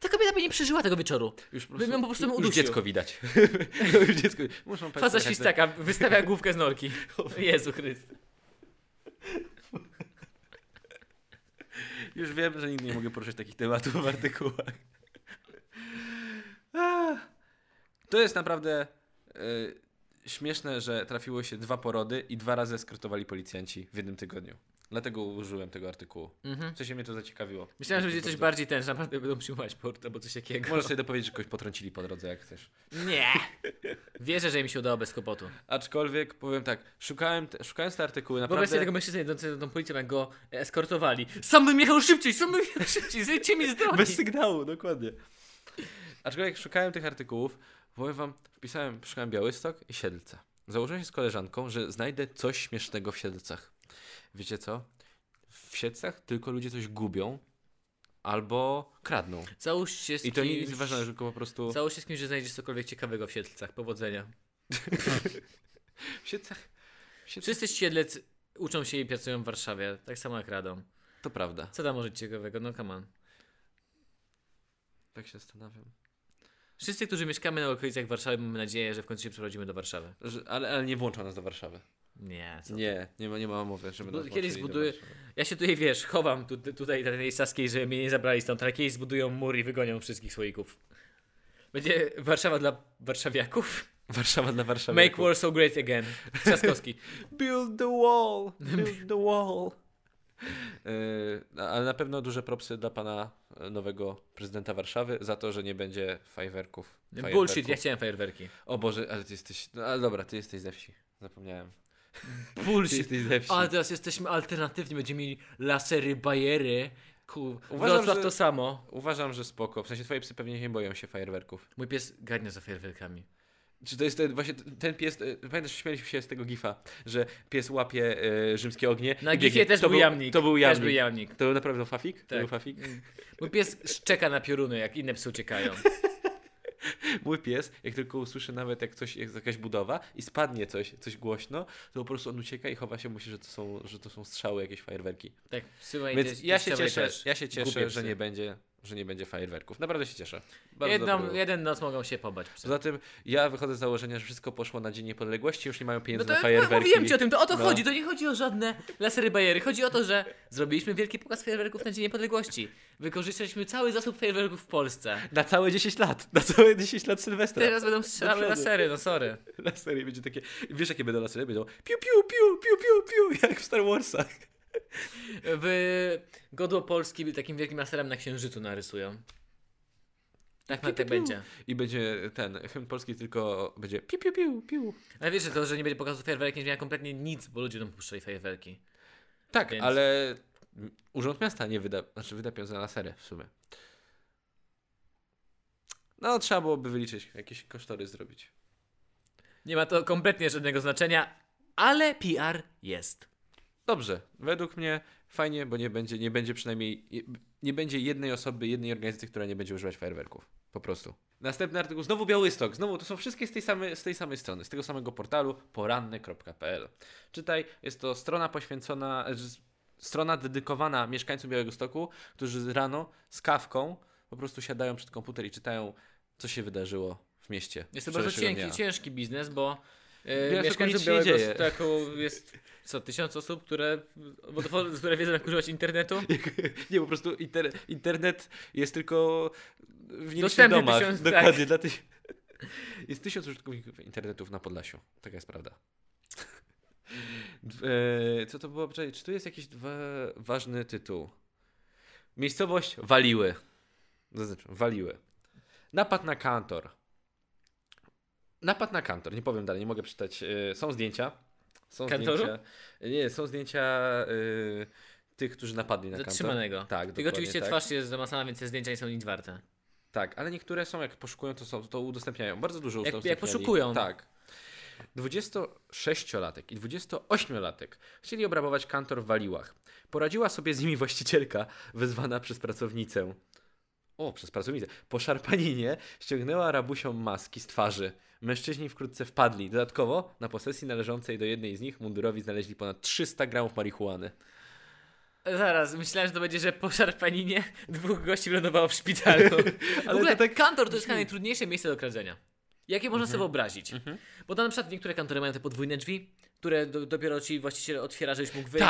[SPEAKER 1] Ta kobieta by nie przeżyła tego wieczoru.
[SPEAKER 2] Już po
[SPEAKER 1] bym ją po prostu
[SPEAKER 2] już
[SPEAKER 1] udusił.
[SPEAKER 2] dziecko widać. już dziecko... Muszą państwo
[SPEAKER 1] Faza
[SPEAKER 2] jechać do-
[SPEAKER 1] świstaka, wystawia główkę z norki. Jezu Chryste.
[SPEAKER 2] Już wiem, że nigdy nie mogę poruszać takich tematów w artykułach. Ah. To jest naprawdę y, śmieszne, że trafiło się dwa porody i dwa razy skrytowali policjanci w jednym tygodniu. Dlatego użyłem tego artykułu.
[SPEAKER 1] Mhm.
[SPEAKER 2] Co się mnie to zaciekawiło.
[SPEAKER 1] Myślałem, że
[SPEAKER 2] To
[SPEAKER 1] będzie coś
[SPEAKER 2] bardzo-
[SPEAKER 1] bardziej ten, że naprawdę będą przyjmować port albo coś takiego.
[SPEAKER 2] Możesz sobie dopowiedzieć, że kogoś potrącili po drodze, jak chcesz.
[SPEAKER 1] Nie. Wierzę, że im się udało bez kłopotu.
[SPEAKER 2] Aczkolwiek powiem tak, szukałem te, szukając te artykuły,
[SPEAKER 1] Wobec
[SPEAKER 2] naprawdę...
[SPEAKER 1] tego mężczyzny idącego tą policją, jak go eskortowali. Sam bym jechał szybciej, sam bym jechał szybciej, zejdźcie mi z drogi.
[SPEAKER 2] Bez sygnału, dokładnie. Aczkolwiek szukałem tych artykułów, powiem wam, wpisałem, szukałem Białystok i Siedlce. Założyłem się z koleżanką, że znajdę coś śmiesznego w Siedlcach. Wiecie co? W Siedlcach tylko ludzie coś gubią albo kradną.
[SPEAKER 1] Załóż się z
[SPEAKER 2] I to nie
[SPEAKER 1] kimś-
[SPEAKER 2] jest ważne, tylko po prostu...
[SPEAKER 1] Załóż się z kimś, że znajdziesz cokolwiek ciekawego w Siedlcach. Powodzenia.
[SPEAKER 2] W Siedlcach. w Siedlcach-
[SPEAKER 1] Wszyscy siedlec uczą się i pracują w Warszawie, tak samo jak Radom.
[SPEAKER 2] To prawda.
[SPEAKER 1] Co tam może ciekawego? No come on.
[SPEAKER 2] Tak się zastanawiam.
[SPEAKER 1] Wszyscy, którzy mieszkamy na okolicach Warszawy, mamy nadzieję, że w końcu się przeprowadzimy do Warszawy.
[SPEAKER 2] Że, ale, ale nie włącza nas do Warszawy.
[SPEAKER 1] Nie, co?
[SPEAKER 2] Nie, nie ma, nie ma mowy, żeby
[SPEAKER 1] Bo
[SPEAKER 2] nas
[SPEAKER 1] kiedyś
[SPEAKER 2] włączyli do
[SPEAKER 1] zbuduje-
[SPEAKER 2] Warszawy.
[SPEAKER 1] Ja się tutaj, wiesz, chowam tu, tutaj na tej Saskiej, żeby mnie nie zabrali stąd, ale kiedyś zbudują mur i wygonią wszystkich słoików. Będzie Warszawa dla warszawiaków.
[SPEAKER 2] Warszawa dla Warszawy.
[SPEAKER 1] Make Warsaw great again. Trzaskowski.
[SPEAKER 2] Build the wall! Build the wall! Yy, ale na pewno duże propsy dla pana e, nowego prezydenta Warszawy za to, że nie będzie fajwerków.
[SPEAKER 1] Bullshit, ja chciałem fajerwerki.
[SPEAKER 2] O Boże, ale ty jesteś. No ale dobra, ty jesteś ze wsi. Zapomniałem. Ty
[SPEAKER 1] Bullshit.
[SPEAKER 2] jesteś ze wsi.
[SPEAKER 1] Ale teraz jesteśmy alternatywni, będziemy mieli lasery, bajery. Ku...
[SPEAKER 2] Uważam,
[SPEAKER 1] Wrocław
[SPEAKER 2] że-
[SPEAKER 1] to samo.
[SPEAKER 2] Uważam, że spoko. W sensie twoje psy pewnie nie boją się fajerwerków.
[SPEAKER 1] Mój pies gadnia za fajerwerkami.
[SPEAKER 2] Czy to jest ten, właśnie ten pies. e, Pamiętasz, śmieliśmy się z tego gifa, że pies łapie e, rzymskie ognie.
[SPEAKER 1] Na
[SPEAKER 2] i
[SPEAKER 1] gifie
[SPEAKER 2] biegnie.
[SPEAKER 1] też
[SPEAKER 2] to
[SPEAKER 1] był jamnik.
[SPEAKER 2] To był
[SPEAKER 1] Też
[SPEAKER 2] jamnik.
[SPEAKER 1] był jamnik.
[SPEAKER 2] To był naprawdę fafik? To
[SPEAKER 1] Tak.
[SPEAKER 2] był fafik?
[SPEAKER 1] Mój pies szczeka na pioruny, jak inne psy uciekają.
[SPEAKER 2] Mój pies, jak tylko usłyszy nawet jak coś, jak jakaś budowa i spadnie coś, coś głośno, to po prostu on ucieka i chowa się, myśli, że to są, że to są strzały, jakieś fajerwerki.
[SPEAKER 1] Tak, słuchaj,
[SPEAKER 2] Więc ja się cieszę, ja się
[SPEAKER 1] głupie
[SPEAKER 2] cieszę, że
[SPEAKER 1] psy.
[SPEAKER 2] nie będzie, że nie będzie fajerwerków. Naprawdę się cieszę. Bardzo dobry
[SPEAKER 1] Jedną,
[SPEAKER 2] ruch.
[SPEAKER 1] jeden noc mogą się pobać psy.
[SPEAKER 2] Poza tym ja wychodzę z założenia, że wszystko poszło na Dzień Niepodległości, już nie mają
[SPEAKER 1] No
[SPEAKER 2] pieniędzy
[SPEAKER 1] to
[SPEAKER 2] na fajerwerki.
[SPEAKER 1] mówiłem ci o tym, to o to
[SPEAKER 2] No.
[SPEAKER 1] chodzi, to nie chodzi o żadne lasery bajery, chodzi o to, że zrobiliśmy wielki pokaz fajerwerków na Dzień Niepodległości. Wykorzystaliśmy cały zasób fajerwerków w Polsce.
[SPEAKER 2] Na całe 10 lat, na całe 10 lat Sylwestra.
[SPEAKER 1] Teraz będą strzały
[SPEAKER 2] przodu.
[SPEAKER 1] lasery, no sorry.
[SPEAKER 2] Lasery będzie takie, wiesz jakie będą lasery? Będą piu, piu, piu, piu, piu, piu, jak w Star Warsach.
[SPEAKER 1] W godło Polski takim wielkim laserem na księżycu narysują. Tak na
[SPEAKER 2] Piu,
[SPEAKER 1] te
[SPEAKER 2] piu, piu.
[SPEAKER 1] będzie.
[SPEAKER 2] I będzie ten, hymn polski tylko będzie piu, piu, piu, piu.
[SPEAKER 1] Ale wiesz, że to, że nie będzie pokazu fajerwerek, nie zmienia kompletnie nic, bo ludzie będą puszczali fajerwerki.
[SPEAKER 2] Tak,
[SPEAKER 1] Więc-
[SPEAKER 2] ale Urząd Miasta nie wyda, znaczy wyda pieniądze na lasery w sumie. No, trzeba byłoby wyliczyć, jakieś kosztory zrobić.
[SPEAKER 1] Nie ma to kompletnie żadnego znaczenia, ale PR jest.
[SPEAKER 2] Dobrze, według mnie fajnie, bo nie będzie, nie będzie przynajmniej, nie będzie jednej osoby, jednej organizacji, która nie będzie używać fajerwerków. Po prostu. Następny artykuł, znowu Białystok, znowu to są wszystkie z tej samej, z tej samej strony, z tego samego portalu poranny.pl. Czytaj, jest to strona poświęcona, e, z- strona dedykowana mieszkańcom Białegostoku, którzy rano z kawką po prostu siadają przed komputer i czytają, co się wydarzyło w mieście.
[SPEAKER 1] Jest to bardzo
[SPEAKER 2] wczorajszego
[SPEAKER 1] ciężki,
[SPEAKER 2] dnia.
[SPEAKER 1] ciężki biznes, bo
[SPEAKER 2] Białego
[SPEAKER 1] yy,
[SPEAKER 2] nic
[SPEAKER 1] mieszkańców
[SPEAKER 2] się nie dzieje.
[SPEAKER 1] Białegostoku jest co, tysiąc osób, które, bo- które wiedzą jak używać internetu?
[SPEAKER 2] Nie, po prostu inter, internet jest tylko w nielicznych
[SPEAKER 1] Dostępny
[SPEAKER 2] domach.
[SPEAKER 1] tysiąc- tak.
[SPEAKER 2] Dokładnie, dla tych... Jest tysiąc użytkowników internetów na Podlasiu. Taka jest prawda. Dw- e, Co to było? Poczekaj, Czy tu jest jakiś dwa... ważny tytuł? Miejscowość Waliły. Zaznaczam, Waliły. Napad na kantor. Napad na kantor. Nie powiem dalej, nie mogę przeczytać. E, Są zdjęcia. Są
[SPEAKER 1] Kantoru?
[SPEAKER 2] zdjęcia. Nie, są zdjęcia y, tych, którzy napadli na kantor.
[SPEAKER 1] Zatrzymanego.
[SPEAKER 2] Tak,
[SPEAKER 1] Tylko
[SPEAKER 2] dokładnie
[SPEAKER 1] oczywiście
[SPEAKER 2] tak.
[SPEAKER 1] twarz jest zamazana, więc te zdjęcia nie są nic warte.
[SPEAKER 2] Tak, ale niektóre są, jak poszukują, to, są, to udostępniają. Bardzo dużo
[SPEAKER 1] Jak- jak
[SPEAKER 2] udostępniali.
[SPEAKER 1] poszukują. no.
[SPEAKER 2] Tak. 26-latek i 28-latek chcieli obrabować kantor w Waliłach. Poradziła sobie z nimi właścicielka, wezwana przez pracownicę. O, przez pracownicę. Po szarpaninie ściągnęła rabusiom maski z twarzy. Mężczyźni wkrótce wpadli. Dodatkowo na posesji należącej do jednej z nich mundurowi znaleźli ponad 300 gramów marihuany.
[SPEAKER 1] Zaraz, myślałem, że to będzie, że po szarpaninie dwóch gości lądowało w szpitalu. Ale w ogóle
[SPEAKER 2] to tak- Mhm.
[SPEAKER 1] kantor to jest chyba najtrudniejsze miejsce do kradzenia. Jakie można sobie wyobrazić? Bo tam na przykład niektóre kantory mają te podwójne drzwi, które do, dopiero ci właściciel otwiera, żebyś mógł wyjść.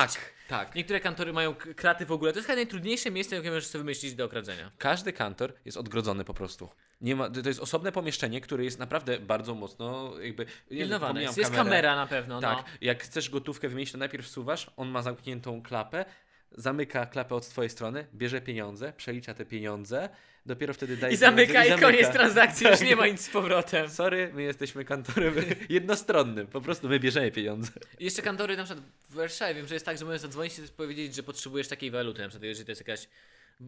[SPEAKER 2] tak.
[SPEAKER 1] Niektóre kantory mają k- kraty w ogóle. To jest chyba najtrudniejsze miejsce, jakie możesz sobie wymyślić do okradzenia.
[SPEAKER 2] Każdy kantor jest odgrodzony po prostu. Nie ma, to jest osobne pomieszczenie, które jest naprawdę bardzo mocno jakby... nie,
[SPEAKER 1] Pilnowane.
[SPEAKER 2] pomijam
[SPEAKER 1] Jest, jest
[SPEAKER 2] kamerę.
[SPEAKER 1] kamera na pewno.
[SPEAKER 2] Tak,
[SPEAKER 1] No.
[SPEAKER 2] jak chcesz gotówkę wymienić, to najpierw suwasz, on ma zamkniętą klapę, zamyka klapę od twojej strony, bierze pieniądze, przelicza te pieniądze, dopiero wtedy daje
[SPEAKER 1] I zamyka, i
[SPEAKER 2] pieniądze, Tak.
[SPEAKER 1] koniec transakcji, już nie ma nic z powrotem.
[SPEAKER 2] Sorry, my jesteśmy kantorem jednostronnym, po prostu my bierzemy pieniądze.
[SPEAKER 1] I Jeszcze kantory na przykład w Warszawie, wiem, że jest tak, że możesz zadzwonić i powiedzieć, że potrzebujesz takiej waluty, na przykład jeżeli to jest jakaś,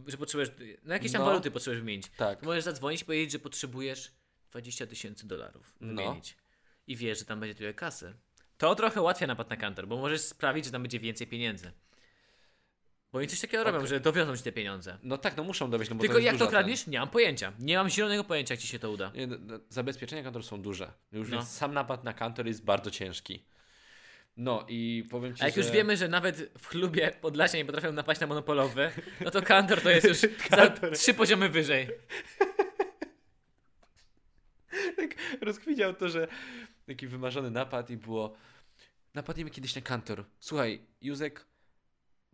[SPEAKER 1] że potrzebujesz, no jakieś tam
[SPEAKER 2] No.
[SPEAKER 1] waluty potrzebujesz wymienić.
[SPEAKER 2] Tak.
[SPEAKER 1] To możesz zadzwonić i powiedzieć, że potrzebujesz 20 tysięcy dolarów
[SPEAKER 2] No.
[SPEAKER 1] wymienić. I wiesz, że tam będzie tyle kasy. To trochę ułatwia napad na kantor, bo możesz sprawić, że tam będzie więcej pieniędzy. Bo oni coś takiego robią,
[SPEAKER 2] Okej.
[SPEAKER 1] że dowiozą ci te pieniądze.
[SPEAKER 2] No tak, no muszą dowieść, no bo
[SPEAKER 1] Tylko
[SPEAKER 2] to jest
[SPEAKER 1] jak
[SPEAKER 2] duża
[SPEAKER 1] to
[SPEAKER 2] ta-
[SPEAKER 1] kradniesz? Nie mam pojęcia. Nie mam zielonego pojęcia, jak ci się to uda.
[SPEAKER 2] Nie, no, no, zabezpieczenia kantor są duże. Już
[SPEAKER 1] No.
[SPEAKER 2] więc sam napad na kantor jest bardzo ciężki. No i powiem ci,
[SPEAKER 1] A jak
[SPEAKER 2] że...
[SPEAKER 1] już wiemy, że nawet w klubie Podlasia nie potrafią napaść na monopolowy, no to kantor to jest już za
[SPEAKER 2] Kantor.
[SPEAKER 1] trzy poziomy wyżej.
[SPEAKER 2] tak rozkminiał to, że taki wymarzony napad i było napadniemy kiedyś na kantor. Słuchaj, Józek,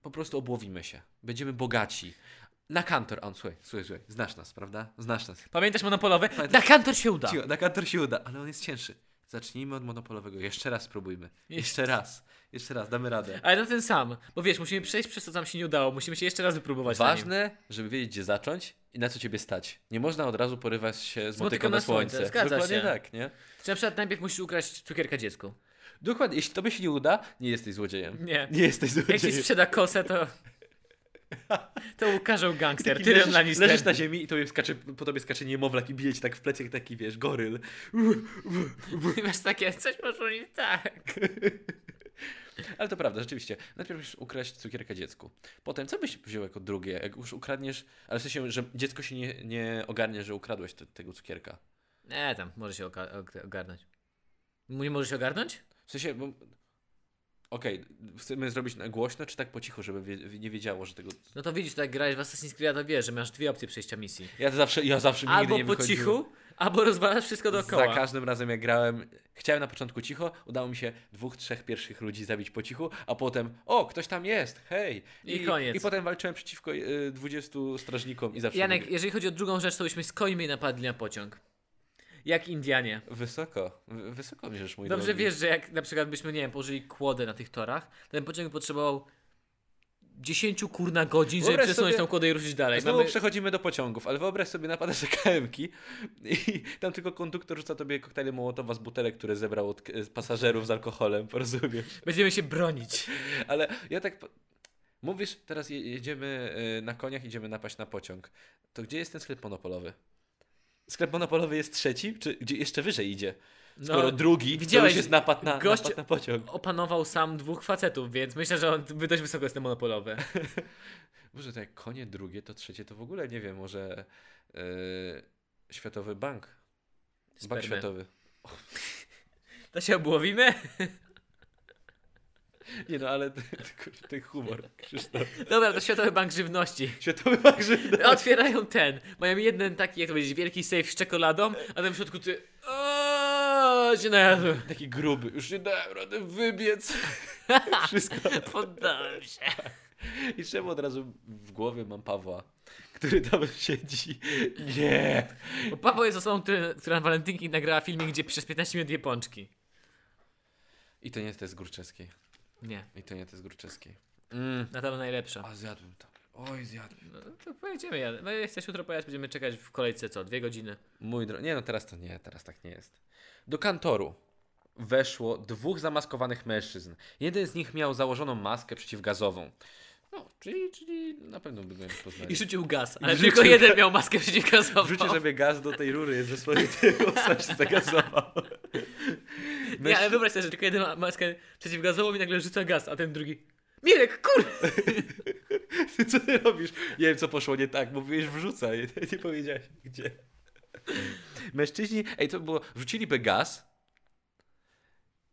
[SPEAKER 2] po prostu obłowimy się. Będziemy bogaci. Na kantor. A on, słuchaj, słuchaj, słuchaj, znasz nas, prawda? Znasz nas.
[SPEAKER 1] Pamiętasz monopolowy? Na kantor się uda.
[SPEAKER 2] Cicho, na kantor się uda, ale on jest cięższy. Zacznijmy od monopolowego. Jeszcze raz spróbujmy. Jeszcze raz. Jeszcze raz, damy radę.
[SPEAKER 1] Ale na ten sam, bo wiesz, musimy przejść przez to, co nam się nie udało. Musimy się jeszcze raz wypróbować. na nim.
[SPEAKER 2] Ważne, żeby wiedzieć, gdzie zacząć i na co ciebie stać. Nie można od razu porywać się z
[SPEAKER 1] Motyką
[SPEAKER 2] motyką
[SPEAKER 1] na
[SPEAKER 2] na słońce.
[SPEAKER 1] słońce, zgadza
[SPEAKER 2] Dokładnie
[SPEAKER 1] się.
[SPEAKER 2] tak, nie?
[SPEAKER 1] Czy na przykład najpierw musisz ukraść cukierka dziecku?
[SPEAKER 2] Dokładnie, jeśli tobie się nie uda, nie jesteś złodziejem.
[SPEAKER 1] Nie.
[SPEAKER 2] Nie jesteś
[SPEAKER 1] Jak ci
[SPEAKER 2] złodziejem.
[SPEAKER 1] sprzeda kosę, to. To ukażą gangster,
[SPEAKER 2] Taki
[SPEAKER 1] ty
[SPEAKER 2] leżysz,
[SPEAKER 1] na
[SPEAKER 2] leżysz na ziemi i tobie skacze, po tobie skacze niemowlak i bije cię tak w plecach, taki wiesz, goryl.
[SPEAKER 1] I masz takie, coś może nie tak.
[SPEAKER 2] Ale to prawda, rzeczywiście. Najpierw musisz ukraść cukierka dziecku. Potem, co byś wziął jako drugie? Jak już ukradniesz, ale w sensie, że dziecko się nie, nie ogarnie, że ukradłeś te, tego cukierka.
[SPEAKER 1] Nie, tam, może się oka- og- ogarnąć. M- Nie możesz się ogarnąć?
[SPEAKER 2] W sensie, bo... Okej, chcemy zrobić na głośno, czy tak po cichu, żeby wie, nie wiedziało, że tego...
[SPEAKER 1] No to widzisz, tak jak grałeś w Assassin's Creed, to wiesz, że masz dwie opcje przejścia misji.
[SPEAKER 2] Ja to zawsze, ja zawsze mi nigdy
[SPEAKER 1] Albo
[SPEAKER 2] nie
[SPEAKER 1] po
[SPEAKER 2] wychodziło.
[SPEAKER 1] cichu, albo rozwalasz wszystko dookoła.
[SPEAKER 2] Za każdym razem jak grałem, chciałem na początku cicho, udało mi się dwóch, trzech pierwszych ludzi zabić po cichu, a potem o, ktoś tam jest, hej.
[SPEAKER 1] I koniec.
[SPEAKER 2] I potem walczyłem przeciwko y, 20 strażnikom i zawsze
[SPEAKER 1] Janek,
[SPEAKER 2] mówię,
[SPEAKER 1] jeżeli chodzi o drugą rzecz, to byśmy z końmi napadli na pociąg. Jak Indianie.
[SPEAKER 2] wysoko, wy- wysoko bierzesz mój
[SPEAKER 1] Dobrze
[SPEAKER 2] drogi.
[SPEAKER 1] wiesz, że jak na przykład byśmy, nie wiem, położyli kłodę na tych torach, to ten pociąg potrzebował 10 kurna godzin, żeby
[SPEAKER 2] Wyobraź
[SPEAKER 1] przesunąć
[SPEAKER 2] sobie-
[SPEAKER 1] tą kłodę i ruszyć dalej.
[SPEAKER 2] Znowu
[SPEAKER 1] Mamy...
[SPEAKER 2] przechodzimy do pociągów, ale wyobraź sobie, napadasz na KM-ki i tam tylko konduktor rzuca tobie koktajle Mołotowa z butelek, które zebrał od y, pasażerów z alkoholem, rozumiesz?
[SPEAKER 1] Będziemy się bronić.
[SPEAKER 2] Ale ja tak. po- Mówisz, teraz je- jedziemy y, na koniach, idziemy napaść na pociąg. To gdzie jest ten sklep monopolowy? Sklep monopolowy jest trzeci, czy gdzie jeszcze wyżej idzie? Skoro
[SPEAKER 1] No,
[SPEAKER 2] drugi, to
[SPEAKER 1] widziałeś,
[SPEAKER 2] już jest napad na,
[SPEAKER 1] gość-
[SPEAKER 2] napad na pociąg.
[SPEAKER 1] opanował sam dwóch facetów, więc myślę, że on by dość wysoko jest ten monopolowy.
[SPEAKER 2] Może to jak konie drugie, to trzecie, to w ogóle nie wiem, może y, Światowy Bank. Bank
[SPEAKER 1] Spermy.
[SPEAKER 2] Światowy.
[SPEAKER 1] To się obłowimy?
[SPEAKER 2] Nie no, ale kurde, ten humor, Krzysztof.
[SPEAKER 1] Dobra, to Światowy Bank Żywności.
[SPEAKER 2] Światowy Bank Żywny.
[SPEAKER 1] Otwierają ten. Mają jeden taki, jak to powiedzieć, wielki safe z czekoladą, a tam w środku ty... Oooo, się najadłem.
[SPEAKER 2] Taki gruby, już nie dałem rady wybiec. Wszystko.
[SPEAKER 1] Poddałem się.
[SPEAKER 2] I czemu od razu w głowie mam Pawła, który tam siedzi? Nie!
[SPEAKER 1] Bo Paweł jest osobą, który, która na walentynki nagrała filmik, gdzie przez 15 minut je pączki.
[SPEAKER 2] I to nie te z Górczewskiej.
[SPEAKER 1] Nie,
[SPEAKER 2] I to nie te z Górczewskiej. Mm.
[SPEAKER 1] na tam najlepsza.
[SPEAKER 2] A zjadłem to. Oj, zjadłem.
[SPEAKER 1] No, to pojedziemy, ja. No, jak chcesz jutro pojechać, będziemy czekać w kolejce co, dwie godziny.
[SPEAKER 2] Mój dro... Nie no, teraz to nie, teraz tak nie jest. Do kantoru weszło dwóch zamaskowanych mężczyzn. Jeden z nich miał założoną maskę przeciwgazową. No, czyli, czyli na pewno by go nie poznali.
[SPEAKER 1] I rzucił gaz, ale
[SPEAKER 2] I
[SPEAKER 1] tylko
[SPEAKER 2] rzucił
[SPEAKER 1] jeden miał maskę przeciwgazową.
[SPEAKER 2] Wrzuci sobie gaz do tej rury ze swojej tyłu, sam się zagazował.
[SPEAKER 1] Nie, ale wyobraź sobie, że tylko jeden ma maskę przeciwgazową i nagle rzuca gaz, a ten drugi... Mirek, kur...
[SPEAKER 2] Ty co ty robisz? Nie wiem, co poszło nie tak. Mówiłeś wrzucaj, nie powiedziałeś gdzie. Mężczyźni, ej, to było, wrzuciliby gaz,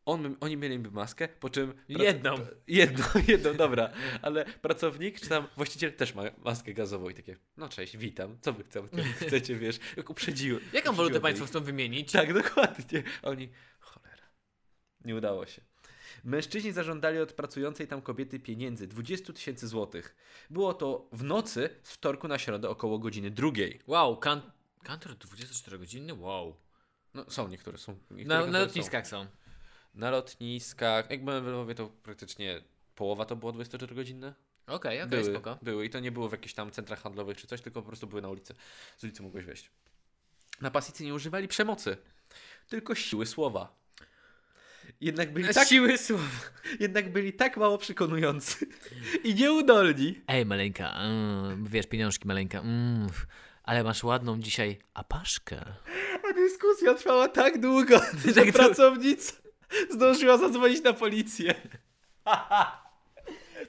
[SPEAKER 2] on, oni mieliby maskę, po czym... prac-
[SPEAKER 1] Jedną.
[SPEAKER 2] Jedną, jedną, dobra. Ale pracownik czy tam właściciel też ma maskę gazową i takie, no cześć, witam, co wy chcą- chcecie, wiesz, jak uprzedziłem.
[SPEAKER 1] Jaką walutę
[SPEAKER 2] uprzedziłem
[SPEAKER 1] państwo
[SPEAKER 2] ich.
[SPEAKER 1] chcą wymienić?
[SPEAKER 2] Tak, dokładnie. A Oni, cholera, nie udało się. Mężczyźni zażądali od pracującej tam kobiety pieniędzy, 20 tysięcy złotych. Było to w nocy z wtorku na środę około godziny drugiej.
[SPEAKER 1] Wow, kan- kantor 24-godzinny? Wow.
[SPEAKER 2] No są niektóre, są. Niektóre
[SPEAKER 1] Na, na
[SPEAKER 2] kantory
[SPEAKER 1] lotniskach są.
[SPEAKER 2] Są. Na lotniskach. Jak byłem w Lwowie, to praktycznie połowa to było 24-godzinne.
[SPEAKER 1] Okej, okej,
[SPEAKER 2] były,
[SPEAKER 1] spoko.
[SPEAKER 2] były i to nie było w jakichś tam centrach handlowych czy coś, tylko po prostu były na ulicy. Z ulicy mogłeś wejść. Napastnicy nie używali przemocy, tylko siły słowa. Jednak byli tak
[SPEAKER 1] Siły słów.
[SPEAKER 2] Jednak byli tak mało przekonujący i nieudolni.
[SPEAKER 1] Ej, maleńka, mm, wiesz, pieniążki, maleńka. Mm, ale masz ładną dzisiaj apaszkę.
[SPEAKER 2] A dyskusja trwała tak długo, że
[SPEAKER 1] dłu-
[SPEAKER 2] pracownica zdążyła zadzwonić na policję.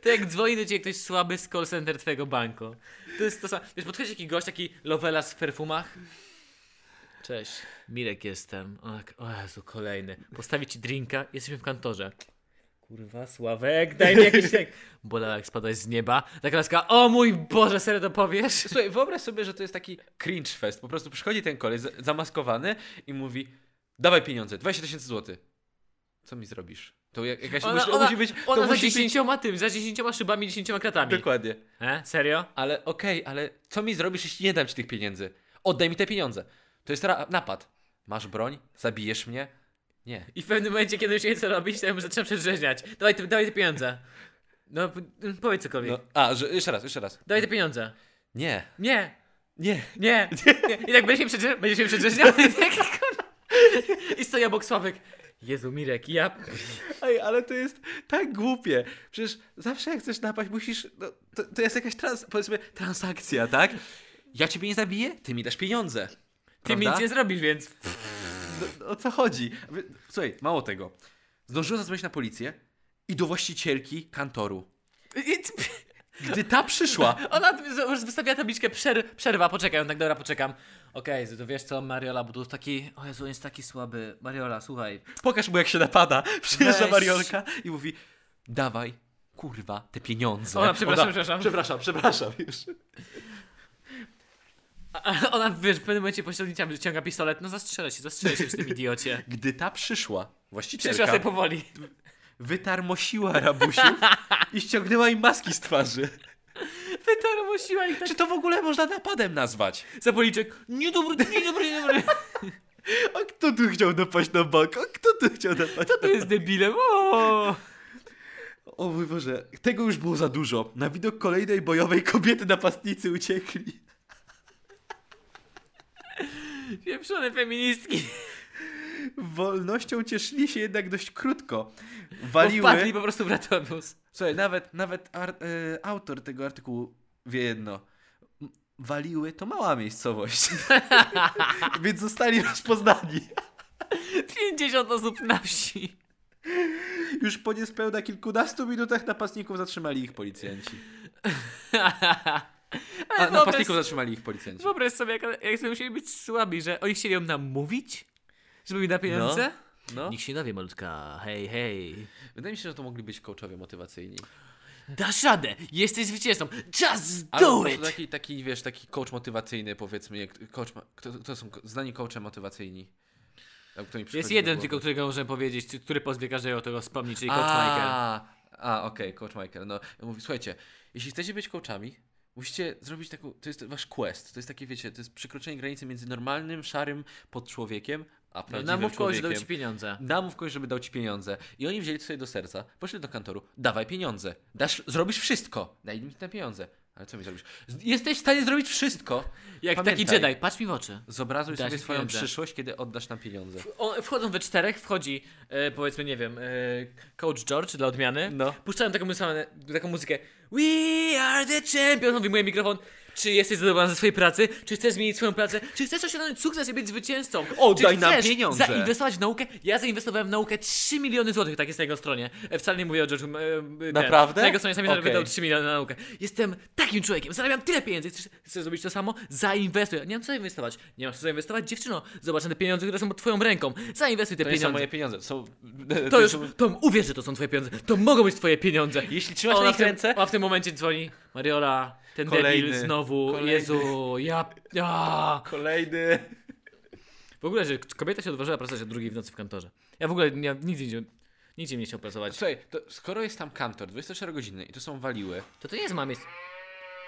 [SPEAKER 1] To jak dzwoni do ciebie ktoś słaby z call center twojego banku. To jest to samo. Wiesz, podchodzi jakiś gość, taki lovelas w perfumach. Cześć, Mirek jestem. O, tak, o Jezu, kolejny. Postawię ci drinka, jesteśmy w kantorze. Kurwa, Sławek, daj mi jakiś tak. Bolała jak spadać z nieba. Ta klaska, o mój Boże, serio to powiesz?
[SPEAKER 2] Słuchaj, wyobraź sobie, że to jest taki cringe fest. Po prostu przychodzi ten koleś za- zamaskowany i mówi dawaj pieniądze, 20 tysięcy złotych. Co mi zrobisz? To jak, jakaś musi, musi być...
[SPEAKER 1] ona
[SPEAKER 2] to
[SPEAKER 1] za
[SPEAKER 2] musi być...
[SPEAKER 1] 10 tym, za 10 szybami, 10 kratami.
[SPEAKER 2] Dokładnie.
[SPEAKER 1] E? Serio?
[SPEAKER 2] Ale okej, ale co mi zrobisz, jeśli nie dam ci tych pieniędzy? Oddaj mi te pieniądze. To jest ra- napad. Masz broń? Zabijesz mnie? Nie.
[SPEAKER 1] I w pewnym momencie, kiedy już nie wiem co robić, to ja mu zaczynam przedrzeźniać. Dawaj, te- dawaj te pieniądze. No, p- powiedz cokolwiek.
[SPEAKER 2] No, a, że, jeszcze raz, jeszcze raz.
[SPEAKER 1] Dawaj te pieniądze.
[SPEAKER 2] Nie.
[SPEAKER 1] Nie,
[SPEAKER 2] Nie.
[SPEAKER 1] nie, nie. I tak będziesz mnie przedrze- będziesz mnie przedrzeźniał. I, tak, kurwa. I stoi obok Sławek. Jezu, Mirek, ja...
[SPEAKER 2] Ej, ale to jest tak głupie. Przecież zawsze jak chcesz napaść, musisz. No, to, to jest jakaś trans, powiedzmy, transakcja, tak? Ja ciebie nie zabiję, ty mi dasz pieniądze.
[SPEAKER 1] Ty mi
[SPEAKER 2] Prawda?
[SPEAKER 1] nic nie zrobisz, więc...
[SPEAKER 2] No, o co chodzi? Wy- Słuchaj, mało tego. Zdążyłem zadzwonić na policję i do właścicielki kantoru.
[SPEAKER 1] I-
[SPEAKER 2] Gdy ta przyszła,
[SPEAKER 1] Ona z- już wystawiła tabliczkę przer- przerwa, poczekaj, on tak dobra, poczekam. Okej, Jezu, to wiesz co, Mariola, bo tu jest taki, o Jezu, on jest taki słaby. Mariola, słuchaj.
[SPEAKER 2] pokaż mu jak się napada. Przyjeżdża
[SPEAKER 1] Weź.
[SPEAKER 2] Mariolka i mówi: Dawaj, kurwa, te pieniądze.
[SPEAKER 1] Ona, przepraszam, przepraszam.
[SPEAKER 2] Przepraszam, przepraszam już.
[SPEAKER 1] A- A ona, wiesz, w pewnym momencie pośrednicza wyciąga pistolet, no zastrzelę się, zastrzelę się w tym idiocie.
[SPEAKER 2] Gdy ta przyszła, właścicielka.
[SPEAKER 1] Przyszła sobie powoli.
[SPEAKER 2] wytarmosiła rabusiów i ściągnęła im maski z twarzy.
[SPEAKER 1] Wytarmosiła i tak.
[SPEAKER 2] Czy to w ogóle można napadem nazwać?
[SPEAKER 1] Za policzek, niedobry, niedobry, niedobry.
[SPEAKER 2] A kto tu chciał napaść na bank? A kto tu chciał napaść
[SPEAKER 1] To jest debilem, o.
[SPEAKER 2] O mój Boże, tego już było za dużo. Na widok kolejnej bojowej kobiety napastnicy uciekli.
[SPEAKER 1] Pieprzone feministki.
[SPEAKER 2] Wolnością cieszyli się jednak dość krótko.
[SPEAKER 1] Bo
[SPEAKER 2] Waliły...
[SPEAKER 1] Wpadli po prostu w ratobus.
[SPEAKER 2] Słuchaj, nawet, nawet ar- e, autor tego artykułu wie jedno. M- Waliły to mała miejscowość. Więc zostali rozpoznani.
[SPEAKER 1] 50 osób na wsi.
[SPEAKER 2] Już po niespełna kilkunastu minutach napastników zatrzymali ich policjanci. A,
[SPEAKER 1] wyobraź-
[SPEAKER 2] napastników zatrzymali ich policjanci.
[SPEAKER 1] Wyobraź sobie, jak, jak sobie musieli być słabi, że oni chcieli ją namówić, żeby mi da pieniądze.
[SPEAKER 2] No.
[SPEAKER 1] Nikt się nie dowie, malutka. Hej, hej.
[SPEAKER 2] Wydaje mi się, że to mogli być coachowie motywacyjni.
[SPEAKER 1] Dasz radę, jesteś zwycięzcą. Just
[SPEAKER 2] Ale
[SPEAKER 1] do
[SPEAKER 2] po prostu
[SPEAKER 1] it.
[SPEAKER 2] taki, taki, wiesz, taki coach motywacyjny, powiedzmy. Jak, coach, ma- kto, kto są ko- znani coache motywacyjni? Tam, kto mi przychodzi
[SPEAKER 1] Jest
[SPEAKER 2] do
[SPEAKER 1] jeden
[SPEAKER 2] głowy.
[SPEAKER 1] tylko, którego możemy powiedzieć, który pozwie każdego tego wspomnieć, czyli Coach Michael.
[SPEAKER 2] A, a okej, coach Michael. No, mówi, słuchajcie, jeśli chcecie być coachami, musicie zrobić taką, to jest wasz quest, to jest takie, wiecie, to jest przekroczenie granicy między normalnym, szarym podczłowiekiem, a
[SPEAKER 1] No,
[SPEAKER 2] prawdziwym
[SPEAKER 1] namów kogoś, żeby
[SPEAKER 2] człowiekiem.
[SPEAKER 1] dał ci pieniądze.
[SPEAKER 2] Namów kogoś, żeby dał ci pieniądze. I oni wzięli to sobie do serca, poszli do kantoru, dawaj pieniądze, dasz, zrobisz wszystko, daj mi te pieniądze. Ale co mi zrobisz? Z- Jesteś w stanie zrobić wszystko.
[SPEAKER 1] Jak
[SPEAKER 2] Pamiętaj,
[SPEAKER 1] taki Jedi, patrz mi w oczy.
[SPEAKER 2] Zobrazuj
[SPEAKER 1] Da
[SPEAKER 2] sobie
[SPEAKER 1] się
[SPEAKER 2] swoją
[SPEAKER 1] pieniądze.
[SPEAKER 2] przyszłość, kiedy oddasz nam pieniądze.
[SPEAKER 1] O, wchodzą we czterech, wchodzi e, powiedzmy, nie wiem, e, Coach George dla odmiany.
[SPEAKER 2] No.
[SPEAKER 1] Puszczałem taką, muzykę- taką muzykę We are the champions, mówi mój mikrofon. Czy jesteś zadowolony ze swojej pracy? Czy chcesz zmienić swoją pracę? Czy chcesz osiągnąć sukces i być zwycięzcą?
[SPEAKER 2] Oddaj
[SPEAKER 1] Czy
[SPEAKER 2] nam
[SPEAKER 1] chcesz
[SPEAKER 2] pieniądze.
[SPEAKER 1] zainwestować w naukę? Ja zainwestowałem w naukę 3 miliony złotych, tak jest na jego stronie. E, Wcale nie mówię o George'u. e, e, ten.
[SPEAKER 2] Naprawdę?
[SPEAKER 1] Na jego stronie sami
[SPEAKER 2] Okej.
[SPEAKER 1] okay. wydał 3 miliony na naukę. Jestem takim człowiekiem, zarabiam tyle pieniędzy, chcesz, chcesz zrobić to samo? Zainwestuj. Nie mam co inwestować. Nie masz co inwestować? Dziewczyno, zobacz na te pieniądze, które są pod twoją ręką. Zainwestuj te
[SPEAKER 2] To nie
[SPEAKER 1] pieniądze.
[SPEAKER 2] są moje pieniądze. to Są,
[SPEAKER 1] To już,
[SPEAKER 2] są-
[SPEAKER 1] to uwierz, że to są twoje pieniądze. To mogą być twoje pieniądze.
[SPEAKER 2] Jeśli trzymasz
[SPEAKER 1] Ona
[SPEAKER 2] na
[SPEAKER 1] w
[SPEAKER 2] ich
[SPEAKER 1] tym-
[SPEAKER 2] ręce,
[SPEAKER 1] Ona w tym momencie dzwoni. Mariola, ten
[SPEAKER 2] Kolejny,
[SPEAKER 1] debil znowu.
[SPEAKER 2] kolejny.
[SPEAKER 1] Jezu, ja, ja.
[SPEAKER 2] Kolejny.
[SPEAKER 1] W ogóle, że kobieta się odważyła pracować o drugiej w nocy w kantorze. Ja w ogóle nie, nigdzie, nigdzie, nigdzie mnie nie chciał pracować.
[SPEAKER 2] Słuchaj, to skoro jest tam kantor 24 godziny i to są waliły.
[SPEAKER 1] To to nie jest mamiec.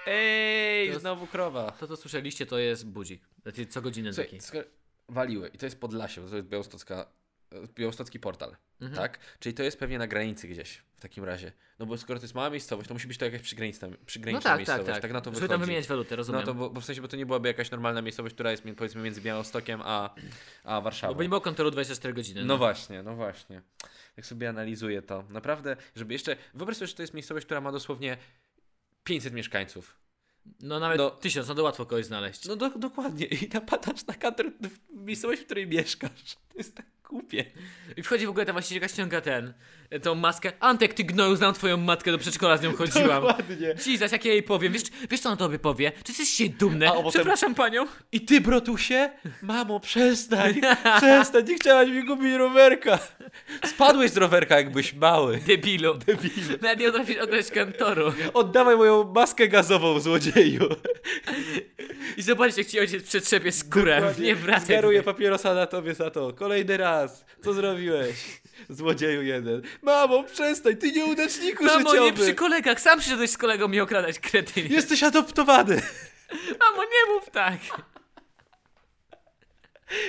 [SPEAKER 2] Ej,
[SPEAKER 1] To-
[SPEAKER 2] znowu krowa.
[SPEAKER 1] To, co słyszeliście, to jest budzik. Znaczy, co godzinę taki.
[SPEAKER 2] Słuchaj, skoro waliły i to jest Podlasie, bo to jest Białostocka, e, białostocki portal,
[SPEAKER 1] Mhm.
[SPEAKER 2] tak? Czyli to jest pewnie na granicy gdzieś w takim razie. No bo skoro to jest mała miejscowość, to musi być to jakaś przygraniczna,
[SPEAKER 1] No
[SPEAKER 2] przygraniczna
[SPEAKER 1] tak, tak,
[SPEAKER 2] miejscowość.
[SPEAKER 1] tak.
[SPEAKER 2] na to
[SPEAKER 1] Żeby
[SPEAKER 2] wychodzi.
[SPEAKER 1] tam wymieniać walutę, rozumiem.
[SPEAKER 2] no to, bo, bo w sensie, bo to nie byłaby jakaś normalna miejscowość, która jest mi- powiedzmy między Białostokiem a, a Warszawą.
[SPEAKER 1] No Bo by nie było kantoru 24 godziny.
[SPEAKER 2] No właśnie, no właśnie. Jak sobie analizuję to, naprawdę, żeby jeszcze. Wyobraź sobie, że to jest miejscowość, która ma dosłownie 500 mieszkańców.
[SPEAKER 1] No nawet
[SPEAKER 2] No.
[SPEAKER 1] tysiąc, no to łatwo kogoś znaleźć.
[SPEAKER 2] No do, dokładnie. I napadasz na kadr w miejscowości, w której mieszkasz. To jest tak Kupię.
[SPEAKER 1] I wchodzi w ogóle ta właścicielka, ściąga ten, e, tą maskę. Antek, ty gnoju, znam twoją matkę, do przedszkola z nią chodziłam.
[SPEAKER 2] Dokładnie.
[SPEAKER 1] Jesus, jak ja jej powiem, wiesz, wiesz co ona tobie powie? Czy jesteś się dumny?
[SPEAKER 2] A, o, potem-
[SPEAKER 1] Przepraszam panią.
[SPEAKER 2] I ty, brotusie? Mamo, przestań, przestań, nie chciałaś mi kupić rowerka. Spadłeś z rowerka, jakbyś mały.
[SPEAKER 1] Debilu. Nawet nie potrafisz oddać kantoru.
[SPEAKER 2] Oddawaj moją maskę gazową, złodzieju.
[SPEAKER 1] I zobacz, jak ci ojciec przetrzepie skórę. Nie wracaj.
[SPEAKER 2] Zgaruję papierosa na tobie za to. Kolejny raz. Co zrobiłeś? Złodzieju jeden. Mamo, przestań, ty nieudaczniku
[SPEAKER 1] Mamo, nie
[SPEAKER 2] życiowy.
[SPEAKER 1] przy kolegach. Sam przyszedłeś z kolegą mi okradać kretynie.
[SPEAKER 2] Jesteś adoptowany.
[SPEAKER 1] Mamo, nie mów tak.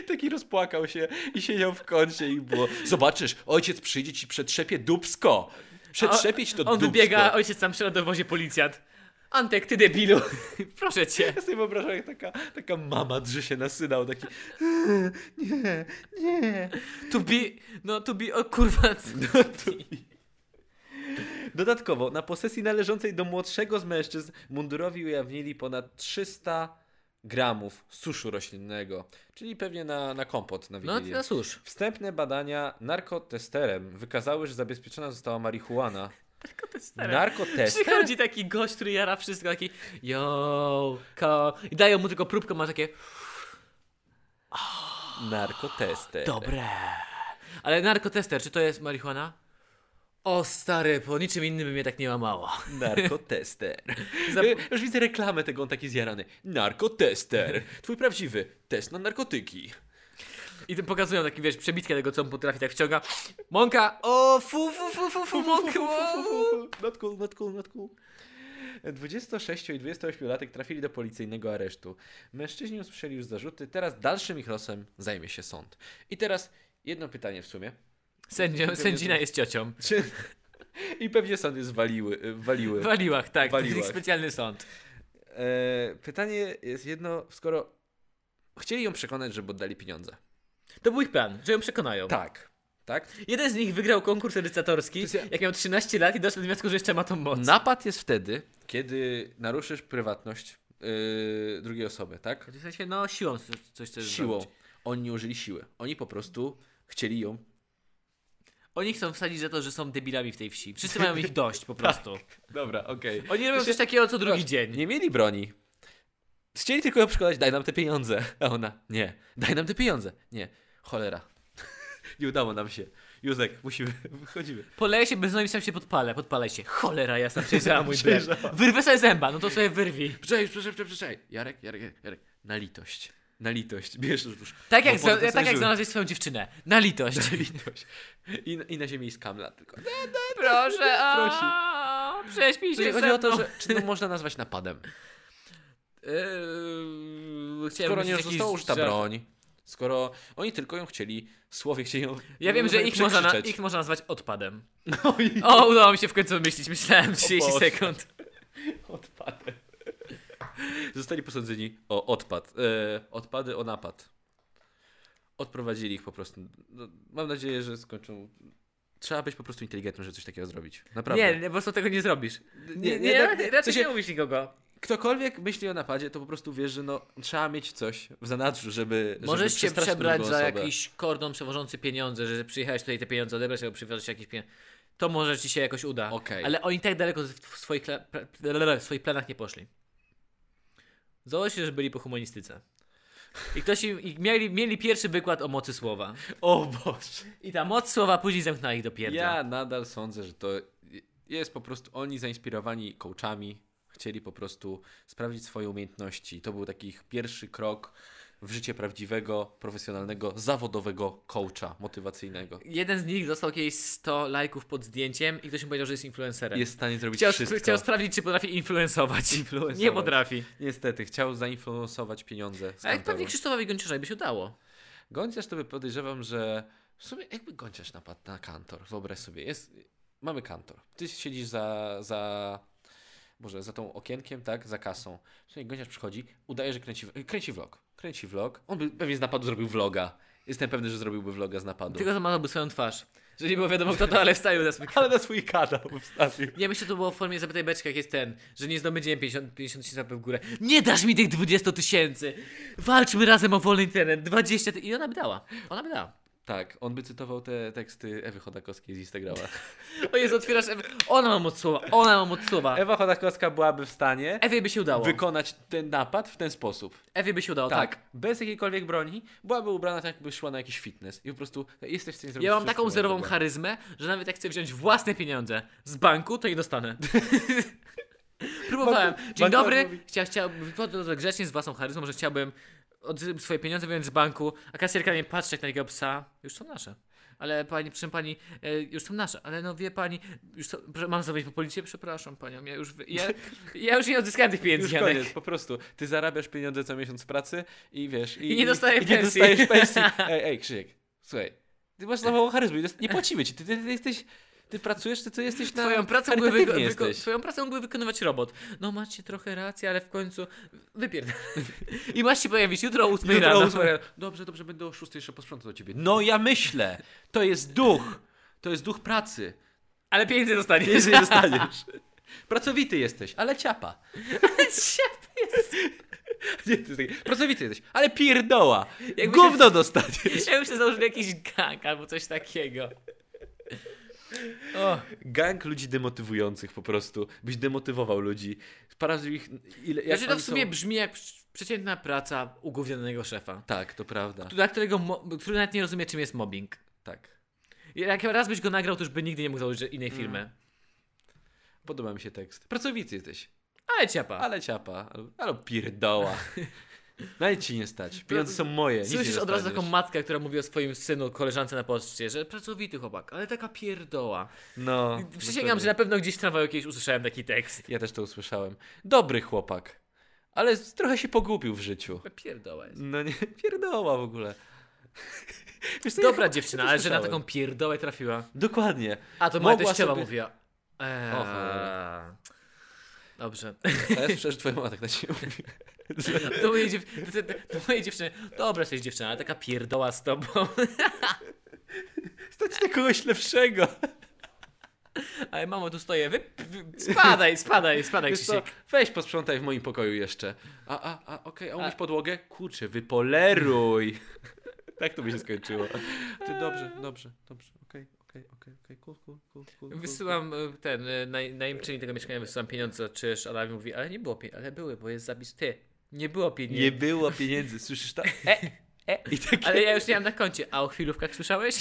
[SPEAKER 2] Taki rozpłakał się i siedział w kącie i było. Zobaczysz, ojciec przyjdzie ci przetrzepie dubsko. Przetrzepie ci to
[SPEAKER 1] On
[SPEAKER 2] dubsko.
[SPEAKER 1] wybiega, ojciec sam przyszedł do wozie policjant. Antek, ty debilu. Proszę cię.
[SPEAKER 2] Ja sobie wyobrażam, jak taka, taka mama drze się na syna, on taki "Eee, nie, nie.
[SPEAKER 1] To be... No, to be... O kurwa.
[SPEAKER 2] No, Dodatkowo, na posesji należącej do młodszego z mężczyzn mundurowi ujawnili ponad 300 gramów suszu roślinnego, czyli pewnie na, na kompot na
[SPEAKER 1] No,
[SPEAKER 2] Wigilię.
[SPEAKER 1] no cóż.
[SPEAKER 2] Wstępne badania narkotesterem wykazały, że zabezpieczona została marihuana.
[SPEAKER 1] Tylko to jest
[SPEAKER 2] No,
[SPEAKER 1] stare.
[SPEAKER 2] Narkotester?
[SPEAKER 1] Przychodzi taki gość, który jara wszystko, taki yo, ko. I dają mu tylko próbkę, ma takie
[SPEAKER 2] Narkotester.
[SPEAKER 1] dobre. Ale narkotester, czy to jest marihuana? O stary, po niczym innym by mnie tak nie łamało.
[SPEAKER 2] Narkotester.
[SPEAKER 1] Zap-
[SPEAKER 2] Y, Już widzę reklamę tego, on taki zjarany. Narkotester. Twój prawdziwy test na narkotyki.
[SPEAKER 1] I tym pokazują taki, wiesz, przebitkę tego, co on potrafi, tak wciąga. Mąka, o fu, fu, fu, fu, fu, mąka, wow.
[SPEAKER 2] Not cool, not cool, not cool. 26 i 28-latek trafili do policyjnego aresztu. Mężczyźni usłyszeli już zarzuty, teraz dalszym ich losem zajmie się sąd. I teraz jedno pytanie w sumie.
[SPEAKER 1] Sędzia, Sędzina jest ciocią.
[SPEAKER 2] Czy... I pewnie sąd jest waliły. y, waliły.
[SPEAKER 1] W Waliłach, tak, to jest ich
[SPEAKER 2] Waliłach.
[SPEAKER 1] specjalny sąd.
[SPEAKER 2] E, pytanie jest jedno, skoro chcieli ją przekonać, żeby oddali pieniądze.
[SPEAKER 1] To był ich plan, że ją przekonają.
[SPEAKER 2] Tak. Tak?
[SPEAKER 1] Jeden z nich wygrał konkurs edycatorski,
[SPEAKER 2] To jest-
[SPEAKER 1] jak miał 13 lat i doszedł do wniosku, że jeszcze ma tą moc.
[SPEAKER 2] Napad jest wtedy, kiedy naruszysz prywatność yy, drugiej osoby, tak?
[SPEAKER 1] W sensie, no siłą co- coś chcesz
[SPEAKER 2] Siłą.
[SPEAKER 1] zrobić.
[SPEAKER 2] Oni nie użyli siły. Oni po prostu chcieli ją.
[SPEAKER 1] Oni chcą wsadzić za to, że są debilami w tej wsi. Wszyscy mają ich dość
[SPEAKER 2] Tak.
[SPEAKER 1] po prostu.
[SPEAKER 2] Dobra, okej.
[SPEAKER 1] Oni robią coś takiego co drugi dzień.
[SPEAKER 2] Nie mieli broni. Chcieli tylko ją przekonać, daj nam te pieniądze. A ona, nie. Daj nam te pieniądze. Nie. Cholera. nie udało nam się. Józek, musimy, wychodzimy.
[SPEAKER 1] Poleję się bez nogi, sam się podpalę. Podpalaj się. Cholera jasna, przejrzała mój brew.
[SPEAKER 2] Przejrzała.
[SPEAKER 1] Wyrwę sobie zęba, no to sobie wyrwij.
[SPEAKER 2] Przeczeż, przeczeż, przeczeż, przeczeż. Jarek, Jarek, Jarek. Na litość. Na litość. Bierz już.
[SPEAKER 1] Tak jak,
[SPEAKER 2] No, Bo
[SPEAKER 1] za,
[SPEAKER 2] potem
[SPEAKER 1] tak jak
[SPEAKER 2] zajrzymy.
[SPEAKER 1] znalazłeś swoją dziewczynę. Na litość.
[SPEAKER 2] Na litość. I, I na ziemi jest kamla tylko.
[SPEAKER 1] No Proszę,
[SPEAKER 2] Prosi.
[SPEAKER 1] o, prześpij
[SPEAKER 2] Czyli
[SPEAKER 1] się
[SPEAKER 2] Znaczy, chodzi o
[SPEAKER 1] ze
[SPEAKER 2] to,
[SPEAKER 1] mną.
[SPEAKER 2] że e, czy to można nazwać napadem?
[SPEAKER 1] Yy, chciałem
[SPEAKER 2] Skoro
[SPEAKER 1] myśleć
[SPEAKER 2] nie
[SPEAKER 1] jakiś
[SPEAKER 2] została użyta
[SPEAKER 1] żart.
[SPEAKER 2] broń, skoro oni tylko ją chcieli, słowie chcieli ją
[SPEAKER 1] Ja wiem, że ich można, na,
[SPEAKER 2] przekrzyczeć.
[SPEAKER 1] ich można nazwać odpadem.
[SPEAKER 2] No i
[SPEAKER 1] O, udało mi się w końcu wymyślić. Myślałem 30
[SPEAKER 2] Boże.
[SPEAKER 1] sekund.
[SPEAKER 2] odpadem. Zostali posądzeni o odpad. E, odpady o napad. Odprowadzili ich po prostu. No, mam nadzieję, że skończą... Trzeba być po prostu inteligentnym, żeby coś takiego zrobić. Naprawdę.
[SPEAKER 1] Nie, nie, po prostu tego nie zrobisz. Nie, nie,
[SPEAKER 2] nie, tak,
[SPEAKER 1] raczej
[SPEAKER 2] to się-
[SPEAKER 1] nie mówisz nikogo.
[SPEAKER 2] Ktokolwiek myśli o napadzie, to po prostu wie, że no, trzeba mieć coś w zanadrzu, żeby
[SPEAKER 1] Możesz
[SPEAKER 2] żeby
[SPEAKER 1] się
[SPEAKER 2] przestraszyć
[SPEAKER 1] przebrać
[SPEAKER 2] drugą
[SPEAKER 1] za
[SPEAKER 2] osobę.
[SPEAKER 1] jakiś kordon przewożący pieniądze, że przyjechałeś tutaj te pieniądze odebrać albo przywiozłeś jakieś pieniądze. To może ci się jakoś uda.
[SPEAKER 2] Okej.
[SPEAKER 1] Ale oni tak daleko w w swoich, kla- pra- pra- w swoich planach nie poszli. Założy się, że byli po humanistyce. I ktoś im, i mieli, mieli pierwszy wykład o mocy słowa.
[SPEAKER 2] O Boże.
[SPEAKER 1] I ta moc słowa później zamknęła ich do pierdla.
[SPEAKER 2] Ja nadal sądzę, że to jest po prostu oni zainspirowani coachami, chcieli po prostu sprawdzić swoje umiejętności. To był taki ich pierwszy krok w życie prawdziwego, profesjonalnego, zawodowego coacha motywacyjnego.
[SPEAKER 1] Jeden z nich dostał kiedyś 100 lajków pod zdjęciem i ktoś mu powiedział, że jest influencerem.
[SPEAKER 2] Jest w stanie zrobić
[SPEAKER 1] chciał,
[SPEAKER 2] wszystko.
[SPEAKER 1] chciał sprawdzić, czy potrafi influencować.
[SPEAKER 2] Influencować.
[SPEAKER 1] Nie potrafi.
[SPEAKER 2] Niestety, chciał zainfluensować pieniądze. z
[SPEAKER 1] A jak
[SPEAKER 2] kantoru.
[SPEAKER 1] pewnie Krzysztofowi Gonciarzowi by się udało.
[SPEAKER 2] Gąciarz to by podejrzewam, że w sumie jakby Gąciarz napadł na kantor, wyobraź sobie, jest, mamy kantor, ty siedzisz za, za, boże, za tą okienkiem, tak, za kasą, w sumie Gąciarz przychodzi, udaje, że kręci, kręci vlog, kręci vlog, on by pewnie z napadu zrobił vloga, jestem pewny, że zrobiłby vloga z napadu.
[SPEAKER 1] Tylko zamazałby swoją twarz. Że nie było wiadomo kto to, ale wstawił na swój kanał.
[SPEAKER 2] Ale na swój kanał wstawił.
[SPEAKER 1] Nie, myślę, to było w formie zapytaj beczka, jak jest ten, że nie zdobędziemy 50 50 tysięcy łapek w górę. Nie dasz mi tych 20 tysięcy! Walczmy razem o wolny internet, 20 tysięcy. I ona by dała. Ona by dała.
[SPEAKER 2] Tak, on by cytował te teksty Ewy Chodakowskiej z Instagrama.
[SPEAKER 1] O Jezu, otwierasz Ewę. Ona ma moc słowa, ona ma moc słowa.
[SPEAKER 2] Ewa Chodakowska byłaby w stanie
[SPEAKER 1] Ewie by się udało.
[SPEAKER 2] wykonać ten napad w ten sposób.
[SPEAKER 1] Ewie by się udało, tak.
[SPEAKER 2] Bez jakiejkolwiek broni, byłaby ubrana tak, jakby szła na jakiś fitness. I po prostu jesteś w stanie zrobić
[SPEAKER 1] Ja mam
[SPEAKER 2] wszystko,
[SPEAKER 1] taką
[SPEAKER 2] co
[SPEAKER 1] zerową
[SPEAKER 2] trzeba.
[SPEAKER 1] charyzmę, że nawet jak chcę wziąć własne pieniądze z banku, to je dostanę. Próbowałem.
[SPEAKER 2] Banku-
[SPEAKER 1] Dzień
[SPEAKER 2] bankomat
[SPEAKER 1] dobry.
[SPEAKER 2] mówi-
[SPEAKER 1] Chciał, chciał, wypadł to grzecznie z własną charyzmą, że chciałbym odzyskać swoje pieniądze wziąć z banku, a kasjerka nie patrzy jak na jego psa. Już są nasze. Ale pani, proszę pani, e, już są nasze, ale no wie pani, już są, proszę, mam zawieźć po policję? Przepraszam panią, ja już, wy- ja, ja już nie odzyskałem tych pieniędzy,
[SPEAKER 2] Tak. Już
[SPEAKER 1] Janek.
[SPEAKER 2] koniec, po prostu. Ty zarabiasz pieniądze co miesiąc z pracy i wiesz...
[SPEAKER 1] I nie dostajesz
[SPEAKER 2] i nie
[SPEAKER 1] pensji.
[SPEAKER 2] dostajesz pensji. Ej, ej, Krzysiek, słuchaj. Ty masz zerową charyzmę, i dost- nie płacimy ci. Ty, ty, ty jesteś... Ty pracujesz, ty, ty jesteś na...
[SPEAKER 1] Twoją pracę, mógłby
[SPEAKER 2] charytatywnie
[SPEAKER 1] wyko- wyko-
[SPEAKER 2] jesteś.
[SPEAKER 1] twoją pracę mógłby wykonywać robot. No macie trochę racji, ale w końcu wypierdolę. I masz się pojawić jutro o 8
[SPEAKER 2] Jutro
[SPEAKER 1] rano.
[SPEAKER 2] o ósmej rano. Dobrze, dobrze, będę o 6 jeszcze posprzątał do ciebie. No ja myślę! To jest duch! To jest duch pracy.
[SPEAKER 1] Ale pieniędzy dostaniesz.
[SPEAKER 2] Pieniędzy nie dostaniesz. Pracowity jesteś, ale ciapa. Nie, to jest takie, Pracowity jesteś, ale pierdoła.
[SPEAKER 1] Jakby
[SPEAKER 2] Gówno dostaniesz.
[SPEAKER 1] ja bym się założył jakiś gang albo coś takiego. O,
[SPEAKER 2] Gang ludzi demotywujących po prostu. Byś demotywował ludzi. Sprawdził ich... Ile, jak
[SPEAKER 1] znaczy to
[SPEAKER 2] oni
[SPEAKER 1] w sumie
[SPEAKER 2] Są...
[SPEAKER 1] brzmi jak przy- przeciętna praca ugówionego szefa.
[SPEAKER 2] Tak, to prawda.
[SPEAKER 1] Dla którego, mo- który nawet nie rozumie czym jest mobbing.
[SPEAKER 2] Tak.
[SPEAKER 1] Jak raz byś go nagrał, to już by nigdy nie mógł założyć innej
[SPEAKER 2] Mm.
[SPEAKER 1] firmy.
[SPEAKER 2] Podoba mi się tekst. Pracowity jesteś,
[SPEAKER 1] Ale ciapa.
[SPEAKER 2] ale ciapa. Albo, albo pierdoła. Nawet ci nie stać. Pieniądze są moje. nic nie
[SPEAKER 1] No, Słyszysz od razu
[SPEAKER 2] dostaniesz.
[SPEAKER 1] taką matkę, która mówi o swoim synu, koleżance na poczcie, że pracowity chłopak, ale taka pierdoła.
[SPEAKER 2] No.
[SPEAKER 1] Przysięgam, że na pewno gdzieś w tramwaju kiedyś usłyszałem taki tekst.
[SPEAKER 2] Ja też to usłyszałem. Dobry chłopak, ale z- trochę się pogubił w życiu.
[SPEAKER 1] Pierdoła jest.
[SPEAKER 2] No nie, pierdoła w ogóle. Wiesz co, ja
[SPEAKER 1] Dobra
[SPEAKER 2] chyba-
[SPEAKER 1] dziewczyna,
[SPEAKER 2] ja to
[SPEAKER 1] ale że na
[SPEAKER 2] słyszałem.
[SPEAKER 1] taką pierdołę trafiła.
[SPEAKER 2] Dokładnie.
[SPEAKER 1] A to moja
[SPEAKER 2] Mogła
[SPEAKER 1] teściowa
[SPEAKER 2] sobie-
[SPEAKER 1] mówiła. Eee,
[SPEAKER 2] O cholera.
[SPEAKER 1] Dobrze.
[SPEAKER 2] Teraz przecież twoja mama tak na ciebie mówi.
[SPEAKER 1] Do mojej, dziew... do- do- do mojej dziewczyny. Dobra jesteś dziewczyna, ale taka pierdoła z tobą.
[SPEAKER 2] Stać na kogoś lepszego.
[SPEAKER 1] Ale mamo, tu stoję. Wy... wy- Spadaj, spadaj, spadaj,
[SPEAKER 2] Wiesz co,
[SPEAKER 1] Krzysiek.
[SPEAKER 2] weź posprzątaj w moim pokoju jeszcze. A, a, a, okej, a umyć
[SPEAKER 1] A-
[SPEAKER 2] podłogę? Kurczę, wypoleruj. tak to by się skończyło. Ty dobrze, dobrze, dobrze, okej, okej, okej, okej, cool, cool, cool, cool, cool.
[SPEAKER 1] Wysyłam e, ten, e, naj, najemczyni tego mieszkania, wysyłam pieniądze za czynsz, a Adam mówi, ale nie było pieniędzy, ale były, bo jest zapis ty. Nie było
[SPEAKER 2] Nie
[SPEAKER 1] pieniędzy.
[SPEAKER 2] było pieniędzy, słyszysz to? E, e. I takie...
[SPEAKER 1] Ale ja już nie mam na koncie. A o chwilówkach słyszałeś?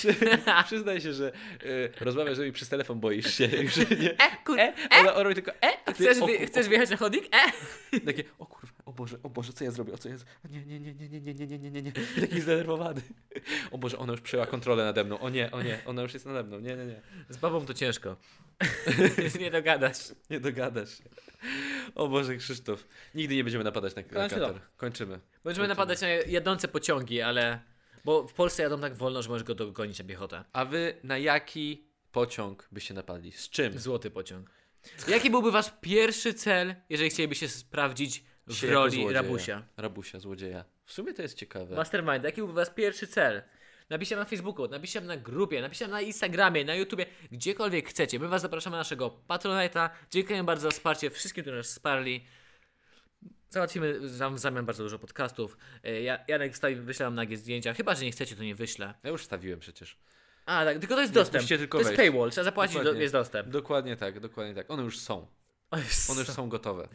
[SPEAKER 2] Przyznaj się, że y, rozmawiasz z nimi przez telefon, boisz się. Już nie.
[SPEAKER 1] E, kur...
[SPEAKER 2] E, ona oruje tylko e, a ty,
[SPEAKER 1] Chcesz,
[SPEAKER 2] o,
[SPEAKER 1] wy...
[SPEAKER 2] kur-
[SPEAKER 1] Chcesz wjechać na chodnik? E!
[SPEAKER 2] o, takie, o kurwa, o Boże, o Boże, co ja zrobię, o co ja zrobię, nie, nie, nie, nie, nie, nie, nie, nie, nie, nie, nie, taki zdenerwowany. O Boże, ona już przejęła kontrolę nade mną, o nie, o nie, ona już jest nade mną, nie, nie, nie,
[SPEAKER 1] Z babą to ciężko. nie dogadasz.
[SPEAKER 2] nie dogadasz się. O Boże, Krzysztof, nigdy nie będziemy napadać na, na
[SPEAKER 1] Kończymy.
[SPEAKER 2] katar. Kończymy.
[SPEAKER 1] Będziemy napadać na jadące pociągi, ale... Bo w Polsce jadą tak wolno, że możesz go dogonić na piechotę.
[SPEAKER 2] A wy na jaki pociąg byście napadli? Z czym?
[SPEAKER 1] Złoty pociąg. Jaki byłby wasz pierwszy cel, jeżeli chcielibyście sprawdzić w
[SPEAKER 2] Się jako
[SPEAKER 1] roli
[SPEAKER 2] złodzieja.
[SPEAKER 1] rabusia?
[SPEAKER 2] Rabusia, złodzieja. W sumie to jest ciekawe.
[SPEAKER 1] Mastermind, jaki był was pierwszy cel? Napiszcie na Facebooku, napiszcie na grupie, napiszcie na Instagramie, na YouTubie, gdziekolwiek chcecie. My was zapraszamy na naszego Patronite'a. Dziękujemy bardzo za wsparcie wszystkim, którzy nas wsparli. Załatwimy wam w zamian bardzo dużo podcastów. E, Ja, Janek wstawi, wyślę wam nagie zdjęcia. Chyba, że nie chcecie, to nie wyślę.
[SPEAKER 2] Ja już stawiłem przecież.
[SPEAKER 1] A, tak, tylko to jest dostęp.
[SPEAKER 2] musicie tylko
[SPEAKER 1] to jest
[SPEAKER 2] wejść.
[SPEAKER 1] paywall, trzeba zapłacić, do,
[SPEAKER 2] Dokładnie.
[SPEAKER 1] jest dostęp.
[SPEAKER 2] Dokładnie tak, dokładnie tak. One już są.
[SPEAKER 1] Oj,
[SPEAKER 2] One już są gotowe.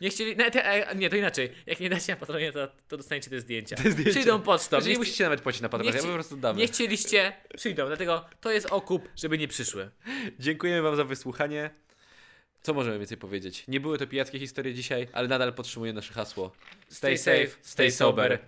[SPEAKER 1] Nie chcieli. Nie, te, e, nie, to inaczej. Jak nie dacie na patronie, to, to dostaniecie te zdjęcia.
[SPEAKER 2] zdjęcia.
[SPEAKER 1] Przyjdą pocztą.
[SPEAKER 2] Znaczy, nie
[SPEAKER 1] chci-
[SPEAKER 2] musicie nawet płacić na Patronite,
[SPEAKER 1] nie
[SPEAKER 2] ja
[SPEAKER 1] chci-
[SPEAKER 2] po prostu damy.
[SPEAKER 1] nie chcieliście, przyjdą, dlatego to jest okup, żeby nie przyszły.
[SPEAKER 2] Dziękujemy wam za wysłuchanie. Co możemy więcej powiedzieć? Nie były to pijackie historie dzisiaj, ale nadal podtrzymuję nasze hasło. Stay, safe, stay sober.